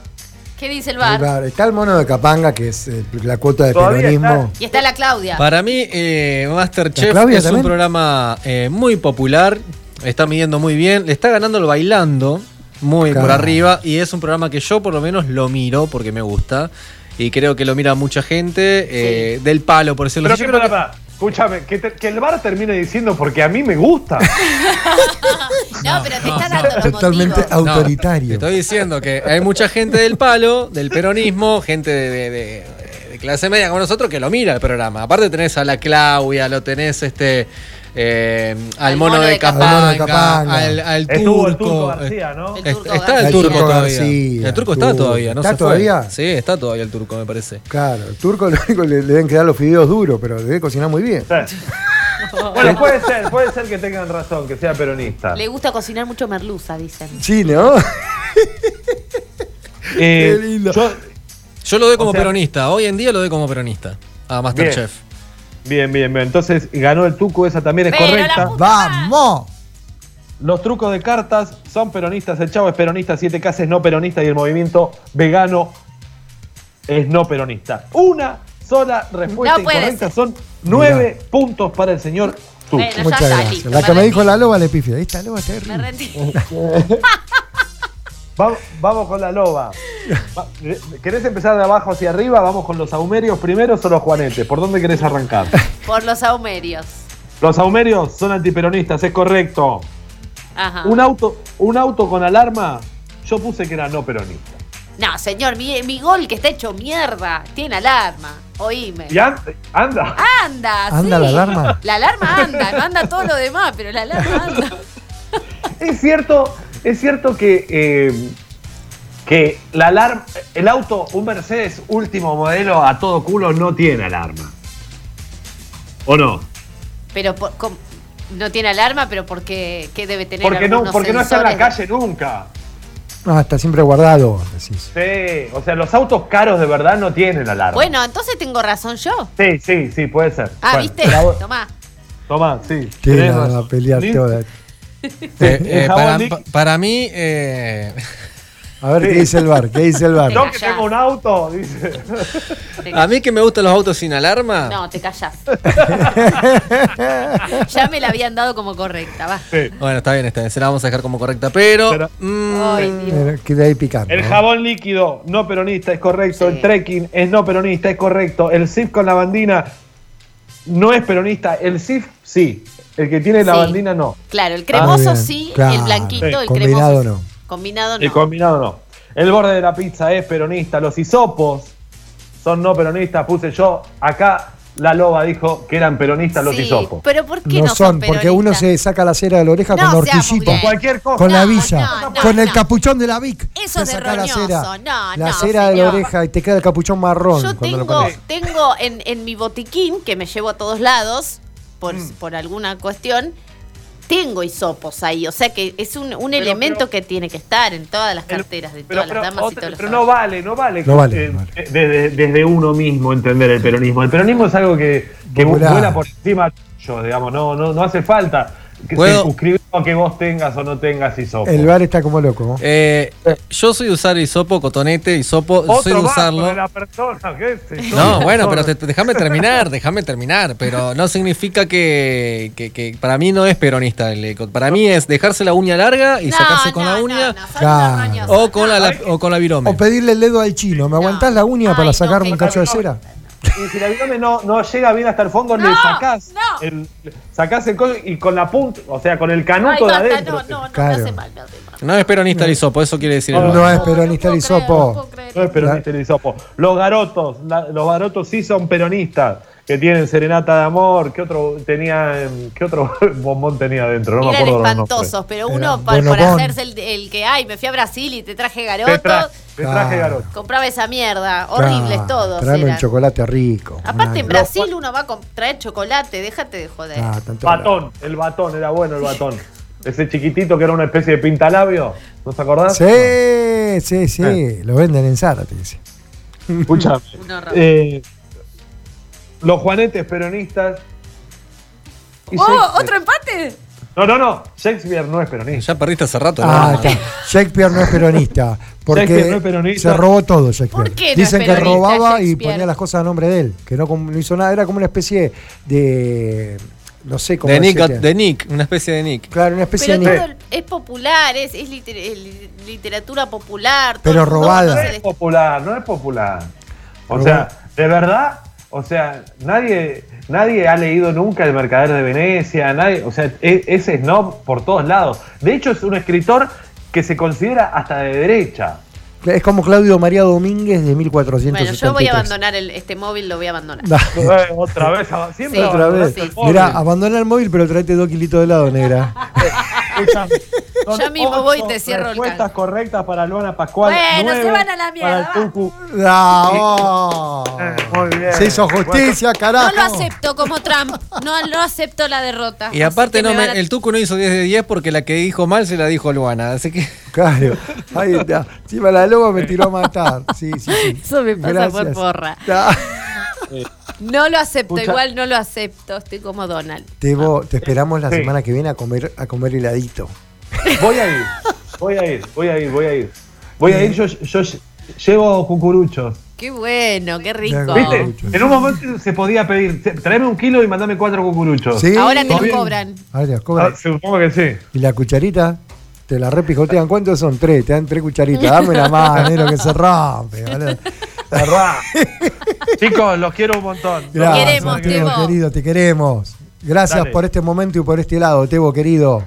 Speaker 5: ¿Qué dice el
Speaker 4: Ahí
Speaker 5: bar?
Speaker 4: va, Está el mono de Capanga, que es eh, la cuota de
Speaker 6: Todavía
Speaker 4: peronismo.
Speaker 5: Y está la Claudia.
Speaker 9: Para mí, eh,
Speaker 4: ¿La
Speaker 9: Masterchef
Speaker 4: Claudia
Speaker 9: es
Speaker 4: también?
Speaker 9: un programa eh, muy popular, está midiendo muy bien, le está ganando el bailando muy por
Speaker 4: Claro.
Speaker 9: arriba y es un programa que yo por lo menos lo miro porque me gusta y creo que lo mira mucha gente eh, del palo, por decirlo
Speaker 6: Pero
Speaker 9: así.
Speaker 6: que,
Speaker 9: Yo creo
Speaker 6: pará, pará. Escúchame, que, te- que el bar termine diciendo porque a mí me gusta.
Speaker 5: No, pero te está dando los
Speaker 4: Totalmente
Speaker 5: motivos.
Speaker 9: que- No, te
Speaker 4: autoritario.
Speaker 9: estoy diciendo que hay mucha gente del palo, del peronismo, gente de, de- de- de clase media como nosotros que lo mira el programa. Aparte tenés a la Claudia, lo tenés este eh, al, mono, de Capanga,
Speaker 4: Al mono de Capanga.
Speaker 9: al, al
Speaker 6: Estuvo
Speaker 9: turco. eh.
Speaker 6: el turco García, ¿no?
Speaker 5: El
Speaker 9: Es-
Speaker 5: turco
Speaker 9: está
Speaker 5: García.
Speaker 9: el turco
Speaker 4: El turco
Speaker 9: todavía.
Speaker 4: García,
Speaker 9: el turco
Speaker 4: turco.
Speaker 9: está todavía, ¿no?
Speaker 4: ¿Está
Speaker 9: se fue.
Speaker 4: todavía?
Speaker 9: Sí, está todavía el turco, me parece.
Speaker 4: Claro, el turco lo único le, le deben quedar los fideos duros, pero debe cocinar muy bien.
Speaker 6: Sí.
Speaker 5: <laughs>
Speaker 6: Bueno, puede ser, puede ser que tengan razón, que sea peronista.
Speaker 5: Le gusta cocinar mucho merluza, dicen.
Speaker 4: Sí, ¿no?
Speaker 6: Eh,
Speaker 4: Qué lindo.
Speaker 6: yo-
Speaker 9: Yo lo doy como
Speaker 6: O sea-
Speaker 9: peronista, hoy en día lo doy como peronista a Masterchef.
Speaker 6: bien, bien, bien. Entonces ganó el tuco, esa también es
Speaker 5: Pero la
Speaker 6: correcta.
Speaker 5: puta-
Speaker 4: ¡Vamos!
Speaker 6: Los trucos de cartas son peronistas. El chavo es peronista, 7K es no peronista y el movimiento vegano es no peronista. Una sola respuesta
Speaker 5: No puede
Speaker 6: incorrecta.
Speaker 5: ser.
Speaker 6: Son nueve puntos para el señor Tuco.
Speaker 5: Bueno,
Speaker 4: Muchas
Speaker 5: ya está,
Speaker 4: gracias.
Speaker 5: listo,
Speaker 4: la
Speaker 5: me
Speaker 4: que me
Speaker 5: rendí.
Speaker 4: dijo la loba le pifia. Esta loba está
Speaker 5: Me
Speaker 4: terrible.
Speaker 5: rendí.
Speaker 6: Va- vamos con la loba. Va- eh, ¿Querés empezar de abajo hacia arriba? ¿Vamos con los aumerios primeros o los juanetes? ¿Por dónde querés arrancar?
Speaker 5: Por los aumerios.
Speaker 6: Los aumerios son antiperonistas, es correcto.
Speaker 5: Ajá.
Speaker 6: Un auto, un auto con alarma, yo puse que era no peronista.
Speaker 5: No, señor, mi, mi gol que está hecho mierda. Tiene alarma. Oíme.
Speaker 6: Y an- anda. <laughs>
Speaker 5: Anda,
Speaker 4: ¿Anda
Speaker 5: sí.
Speaker 4: la alarma?
Speaker 5: La alarma anda, no anda todo lo demás, pero la alarma anda.
Speaker 6: Es cierto, es cierto que, eh, que la alarma, el auto, un Mercedes último modelo a todo culo no tiene alarma. ¿O no?
Speaker 5: Pero por- com- no tiene alarma, pero porque ¿qué debe tener
Speaker 6: Porque no,
Speaker 5: algunos
Speaker 6: porque no está en la
Speaker 5: sensores de-
Speaker 6: calle nunca.
Speaker 4: Ah, está siempre guardado, decís.
Speaker 6: Sí, o sea, los autos caros de verdad no tienen alarma.
Speaker 5: Bueno, entonces tengo razón yo.
Speaker 6: Sí, sí, sí, puede ser.
Speaker 5: Ah,
Speaker 6: Bueno,
Speaker 5: ¿viste?
Speaker 6: la voy-
Speaker 5: Tomá.
Speaker 6: Tomá, sí.
Speaker 4: Te
Speaker 6: tenés
Speaker 4: la van
Speaker 6: razón.
Speaker 4: a pelear
Speaker 6: Listo.
Speaker 4: toda.
Speaker 9: Eh, eh,
Speaker 6: Jabón
Speaker 9: para,
Speaker 6: líquido.
Speaker 9: pa- para mí, eh,
Speaker 4: A ver qué dice el bar, qué dice el bar.
Speaker 6: No, que
Speaker 5: Callá.
Speaker 6: tengo un auto,
Speaker 5: <laughs>
Speaker 6: dice.
Speaker 5: Te-
Speaker 9: <laughs> a mí que me gustan los autos sin alarma,
Speaker 5: No, te callás. ya me la habían dado como correcta, va.
Speaker 6: Sí.
Speaker 9: bueno, está bien, está bien, se la vamos a dejar como correcta, pero...
Speaker 6: Pero-
Speaker 9: mm,
Speaker 5: Ay, Dios.
Speaker 4: Eh, Queda ahí picando.
Speaker 6: El jabón líquido, no peronista, es correcto.
Speaker 5: Sí.
Speaker 6: El trekking es no peronista, es correcto. El SIF con la bandina no es peronista. El SIF sí. El que tiene la
Speaker 5: Sí.
Speaker 6: bandina no.
Speaker 5: Claro, el cremoso
Speaker 4: Ah, bien,
Speaker 5: sí, el
Speaker 4: claro.
Speaker 5: blanquito, el
Speaker 4: Combinado
Speaker 5: cremoso.
Speaker 4: no.
Speaker 5: sí. Combinado no.
Speaker 6: El combinado no. El borde de la pizza es peronista. Los hisopos son no peronistas. Puse yo acá. La loba dijo que eran peronistas los
Speaker 5: Sí,
Speaker 6: hisopos.
Speaker 5: Pero ¿por qué
Speaker 4: No,
Speaker 5: no,
Speaker 4: son, porque uno
Speaker 5: peronistas?
Speaker 4: se saca la cera de la oreja
Speaker 5: No
Speaker 4: con
Speaker 5: seamos
Speaker 4: horquillito.
Speaker 5: gay.
Speaker 6: Cualquier cosa.
Speaker 4: Con la
Speaker 5: No,
Speaker 4: villa,
Speaker 5: no, no,
Speaker 4: con el
Speaker 5: no.
Speaker 4: capuchón de la Vic.
Speaker 5: Eso
Speaker 4: Te
Speaker 5: es de
Speaker 4: saca la
Speaker 5: roñoso.
Speaker 4: cera,
Speaker 5: No,
Speaker 4: la
Speaker 5: no,
Speaker 4: cera de la
Speaker 5: señor.
Speaker 4: oreja y te queda el capuchón marrón
Speaker 5: Yo
Speaker 4: cuando lo
Speaker 5: tengo,
Speaker 4: pones.
Speaker 5: tengo en, en mi botiquín, que me llevo a todos lados, por,
Speaker 4: Mm.
Speaker 5: por alguna cuestión, tengo hisopos ahí. O sea que es un, un elemento que tiene que estar en todas las carteras de
Speaker 6: Pero,
Speaker 5: todas
Speaker 6: pero
Speaker 5: las damas y
Speaker 6: otra-
Speaker 5: todos los
Speaker 6: pero no
Speaker 5: hombres.
Speaker 6: vale, no vale.
Speaker 4: No vale,
Speaker 6: eh,
Speaker 4: no vale.
Speaker 6: de- de- desde uno mismo entender el peronismo. El peronismo es algo que, que
Speaker 4: Popular.
Speaker 6: vuela por encima tuyo, digamos. No, no, no hace falta que
Speaker 9: ¿Puedo?
Speaker 6: circunscribirlo a que vos tengas o no tengas hisopo.
Speaker 4: El bar está como loco. ¿no?
Speaker 9: eh, yo soy de usar hisopo, cotonete, hisopo, soy de
Speaker 6: Otro vaso
Speaker 9: usarlo.
Speaker 6: de la persona, ¿qué es eso?
Speaker 9: No, bueno, pero te- te- déjame terminar, déjame terminar. Pero no significa que, que- que para mí no es peronista el eco. Para mí es dejarse la uña larga y sacarse con
Speaker 5: no,
Speaker 9: la
Speaker 5: no,
Speaker 9: uña
Speaker 5: no, son
Speaker 4: Claro.
Speaker 5: unos roñosos.
Speaker 9: o con la, la- o con la virome.
Speaker 4: O pedirle el dedo al chino, ¿me aguantás la uña
Speaker 5: Ay,
Speaker 4: para
Speaker 5: no,
Speaker 4: sacar
Speaker 5: qué
Speaker 4: un cacho de
Speaker 5: calor.
Speaker 4: cera?
Speaker 6: y si el abdomen no, no llega bien hasta el fondo,
Speaker 5: No,
Speaker 6: le sacás
Speaker 5: no.
Speaker 6: el, sacás el coso y con la punta, o sea, con el
Speaker 5: Ay,
Speaker 6: canuto de
Speaker 5: basta,
Speaker 6: adentro.
Speaker 5: no, no, no,
Speaker 4: Claro.
Speaker 5: no hace mal, no hace mal.
Speaker 9: No es peronista el hisopo, eso quiere decir el
Speaker 4: No,
Speaker 9: Vasco.
Speaker 4: es peronista
Speaker 5: No,
Speaker 4: el
Speaker 5: no puedo creer, no
Speaker 4: hisopo.
Speaker 5: puedo creer.
Speaker 6: No es peronista el hisopo. Los garotos, la- los garotos sí son peronistas, que tienen serenata de amor, ¿qué otro tenía, em, qué otro <laughs> bombón tenía adentro? No me
Speaker 5: Eran
Speaker 6: acuerdo. los nombres.
Speaker 5: espantosos, pero
Speaker 4: Era
Speaker 5: uno para,
Speaker 4: Bonobón.
Speaker 5: hacerse el, el que hay, me fui a Brasil y te traje
Speaker 6: Te, tra-
Speaker 5: garotos,
Speaker 6: te traje
Speaker 4: Claro.
Speaker 6: garotos.
Speaker 5: compraba esa mierda, horribles
Speaker 4: Claro,
Speaker 5: todos.
Speaker 4: Tráeme un
Speaker 5: eran.
Speaker 4: chocolate rico. Ah,
Speaker 5: Aparte en
Speaker 4: Una-
Speaker 5: Brasil eh. uno va a comp- traer chocolate, déjate de joder.
Speaker 4: Ah, tanto-
Speaker 6: Batón, el batón, era bueno el batón. Ese chiquitito que era una especie de pintalabio, ¿no Eh. se acordás?
Speaker 4: Sí, sí, sí. Lo venden en Zárate. dice.
Speaker 6: Escuchame.
Speaker 5: Un horror.
Speaker 6: eh, los juanetes peronistas. y
Speaker 5: ¡Oh,
Speaker 6: Shakespeare.
Speaker 5: otro empate!
Speaker 6: No, no, no. Shakespeare no es peronista.
Speaker 9: Ya perdiste hace rato.
Speaker 4: Ah,
Speaker 9: ¿no?
Speaker 4: está. Shakespeare no es
Speaker 6: <laughs>
Speaker 4: peronista. Porque
Speaker 6: Shakespeare no es peronista.
Speaker 4: se robó todo Shakespeare.
Speaker 5: ¿Por qué no
Speaker 4: Dicen
Speaker 5: es
Speaker 4: que
Speaker 5: peronista
Speaker 4: robaba y
Speaker 5: Shakespeare?
Speaker 4: ponía las cosas a nombre de él. Que no, com- no hizo nada. Era como una especie de. No sé cómo
Speaker 9: De Nick,
Speaker 4: decirte.
Speaker 9: de Nick, una especie de Nick.
Speaker 4: Claro, una especie
Speaker 5: Pero
Speaker 4: de.
Speaker 5: todo el- es popular, es, es liter- es li- literatura popular. todo
Speaker 4: Pero
Speaker 5: el mundo
Speaker 4: robada.
Speaker 6: No
Speaker 5: conoce
Speaker 6: es
Speaker 5: el-
Speaker 6: popular, no es popular. O
Speaker 4: Pero
Speaker 6: sea, de verdad, o sea, nadie, nadie ha leído nunca El Mercader de Venecia, nadie, o sea, es, es snob por todos lados. De hecho, es un escritor que se considera hasta de derecha.
Speaker 4: Es como Claudio María Domínguez de 1400.
Speaker 5: Bueno, yo voy a abandonar el- este móvil, lo voy a abandonar.
Speaker 6: Eh, Otra <laughs> vez, siempre
Speaker 5: Sí,
Speaker 4: Otra vez.
Speaker 6: abandonaste
Speaker 5: sí.
Speaker 6: el móvil.
Speaker 4: Mirá, abandona el móvil, pero traete dos kilitos de
Speaker 6: <laughs>
Speaker 4: helado, negra.
Speaker 6: Escuchame, son
Speaker 5: Ya mismo voy y te
Speaker 6: ocho
Speaker 5: cierro el
Speaker 6: Respuestas
Speaker 5: canal.
Speaker 6: correctas para Luana Pascual.
Speaker 5: Bueno, se
Speaker 6: nueve
Speaker 5: van a la mierda,
Speaker 6: Para el Tucu.
Speaker 4: ¡Bravo!
Speaker 6: Eh, muy bien.
Speaker 4: Se hizo justicia,
Speaker 5: No
Speaker 4: carajo.
Speaker 5: lo acepto como Trump, no lo acepto la derrota.
Speaker 9: Y
Speaker 5: Así que
Speaker 9: aparte, no,
Speaker 5: me
Speaker 9: me-
Speaker 5: van a-
Speaker 9: el Tucu no hizo 10 de 10 porque la que dijo mal se la dijo Luana. Así que.
Speaker 4: Claro. Ahí está. Encima la loba me tiró a matar. Sí, sí, sí.
Speaker 5: Eso me pasa por porra.
Speaker 4: Ta-
Speaker 5: No lo acepto,
Speaker 6: Escucha.
Speaker 5: igual no lo acepto, estoy como Donald.
Speaker 4: Te, vo- te esperamos la
Speaker 6: Sí.
Speaker 4: semana que viene a comer, a comer heladito.
Speaker 6: Voy a ir, voy a ir, voy a ir, voy a ir. Voy a ir, yo, yo llevo cucuruchos.
Speaker 5: Qué bueno, qué rico.
Speaker 4: ¿Viste?
Speaker 6: ¿Viste? En un momento se podía pedir, "Te- tráeme un kilo y mandame cuatro cucuruchos.
Speaker 4: ¿Sí?
Speaker 5: Ahora te
Speaker 6: Todo
Speaker 5: lo
Speaker 6: bien.
Speaker 5: cobran.
Speaker 4: Ahora te las
Speaker 6: Ah,
Speaker 4: cobras.
Speaker 6: supongo que sí.
Speaker 4: Y la cucharita, te la repijotean. ¿Cuántos son? Tres. Te dan tres cucharitas. Dame la
Speaker 5: <laughs>
Speaker 4: mano, negro, que se rompe. boludo.
Speaker 6: Cerrá. Chicos, los quiero un montón.
Speaker 5: queremos,
Speaker 4: Tebo,
Speaker 5: Tebo.
Speaker 4: querido, te queremos. Gracias
Speaker 6: Dale.
Speaker 4: por este momento y por este lado, Tebo, querido.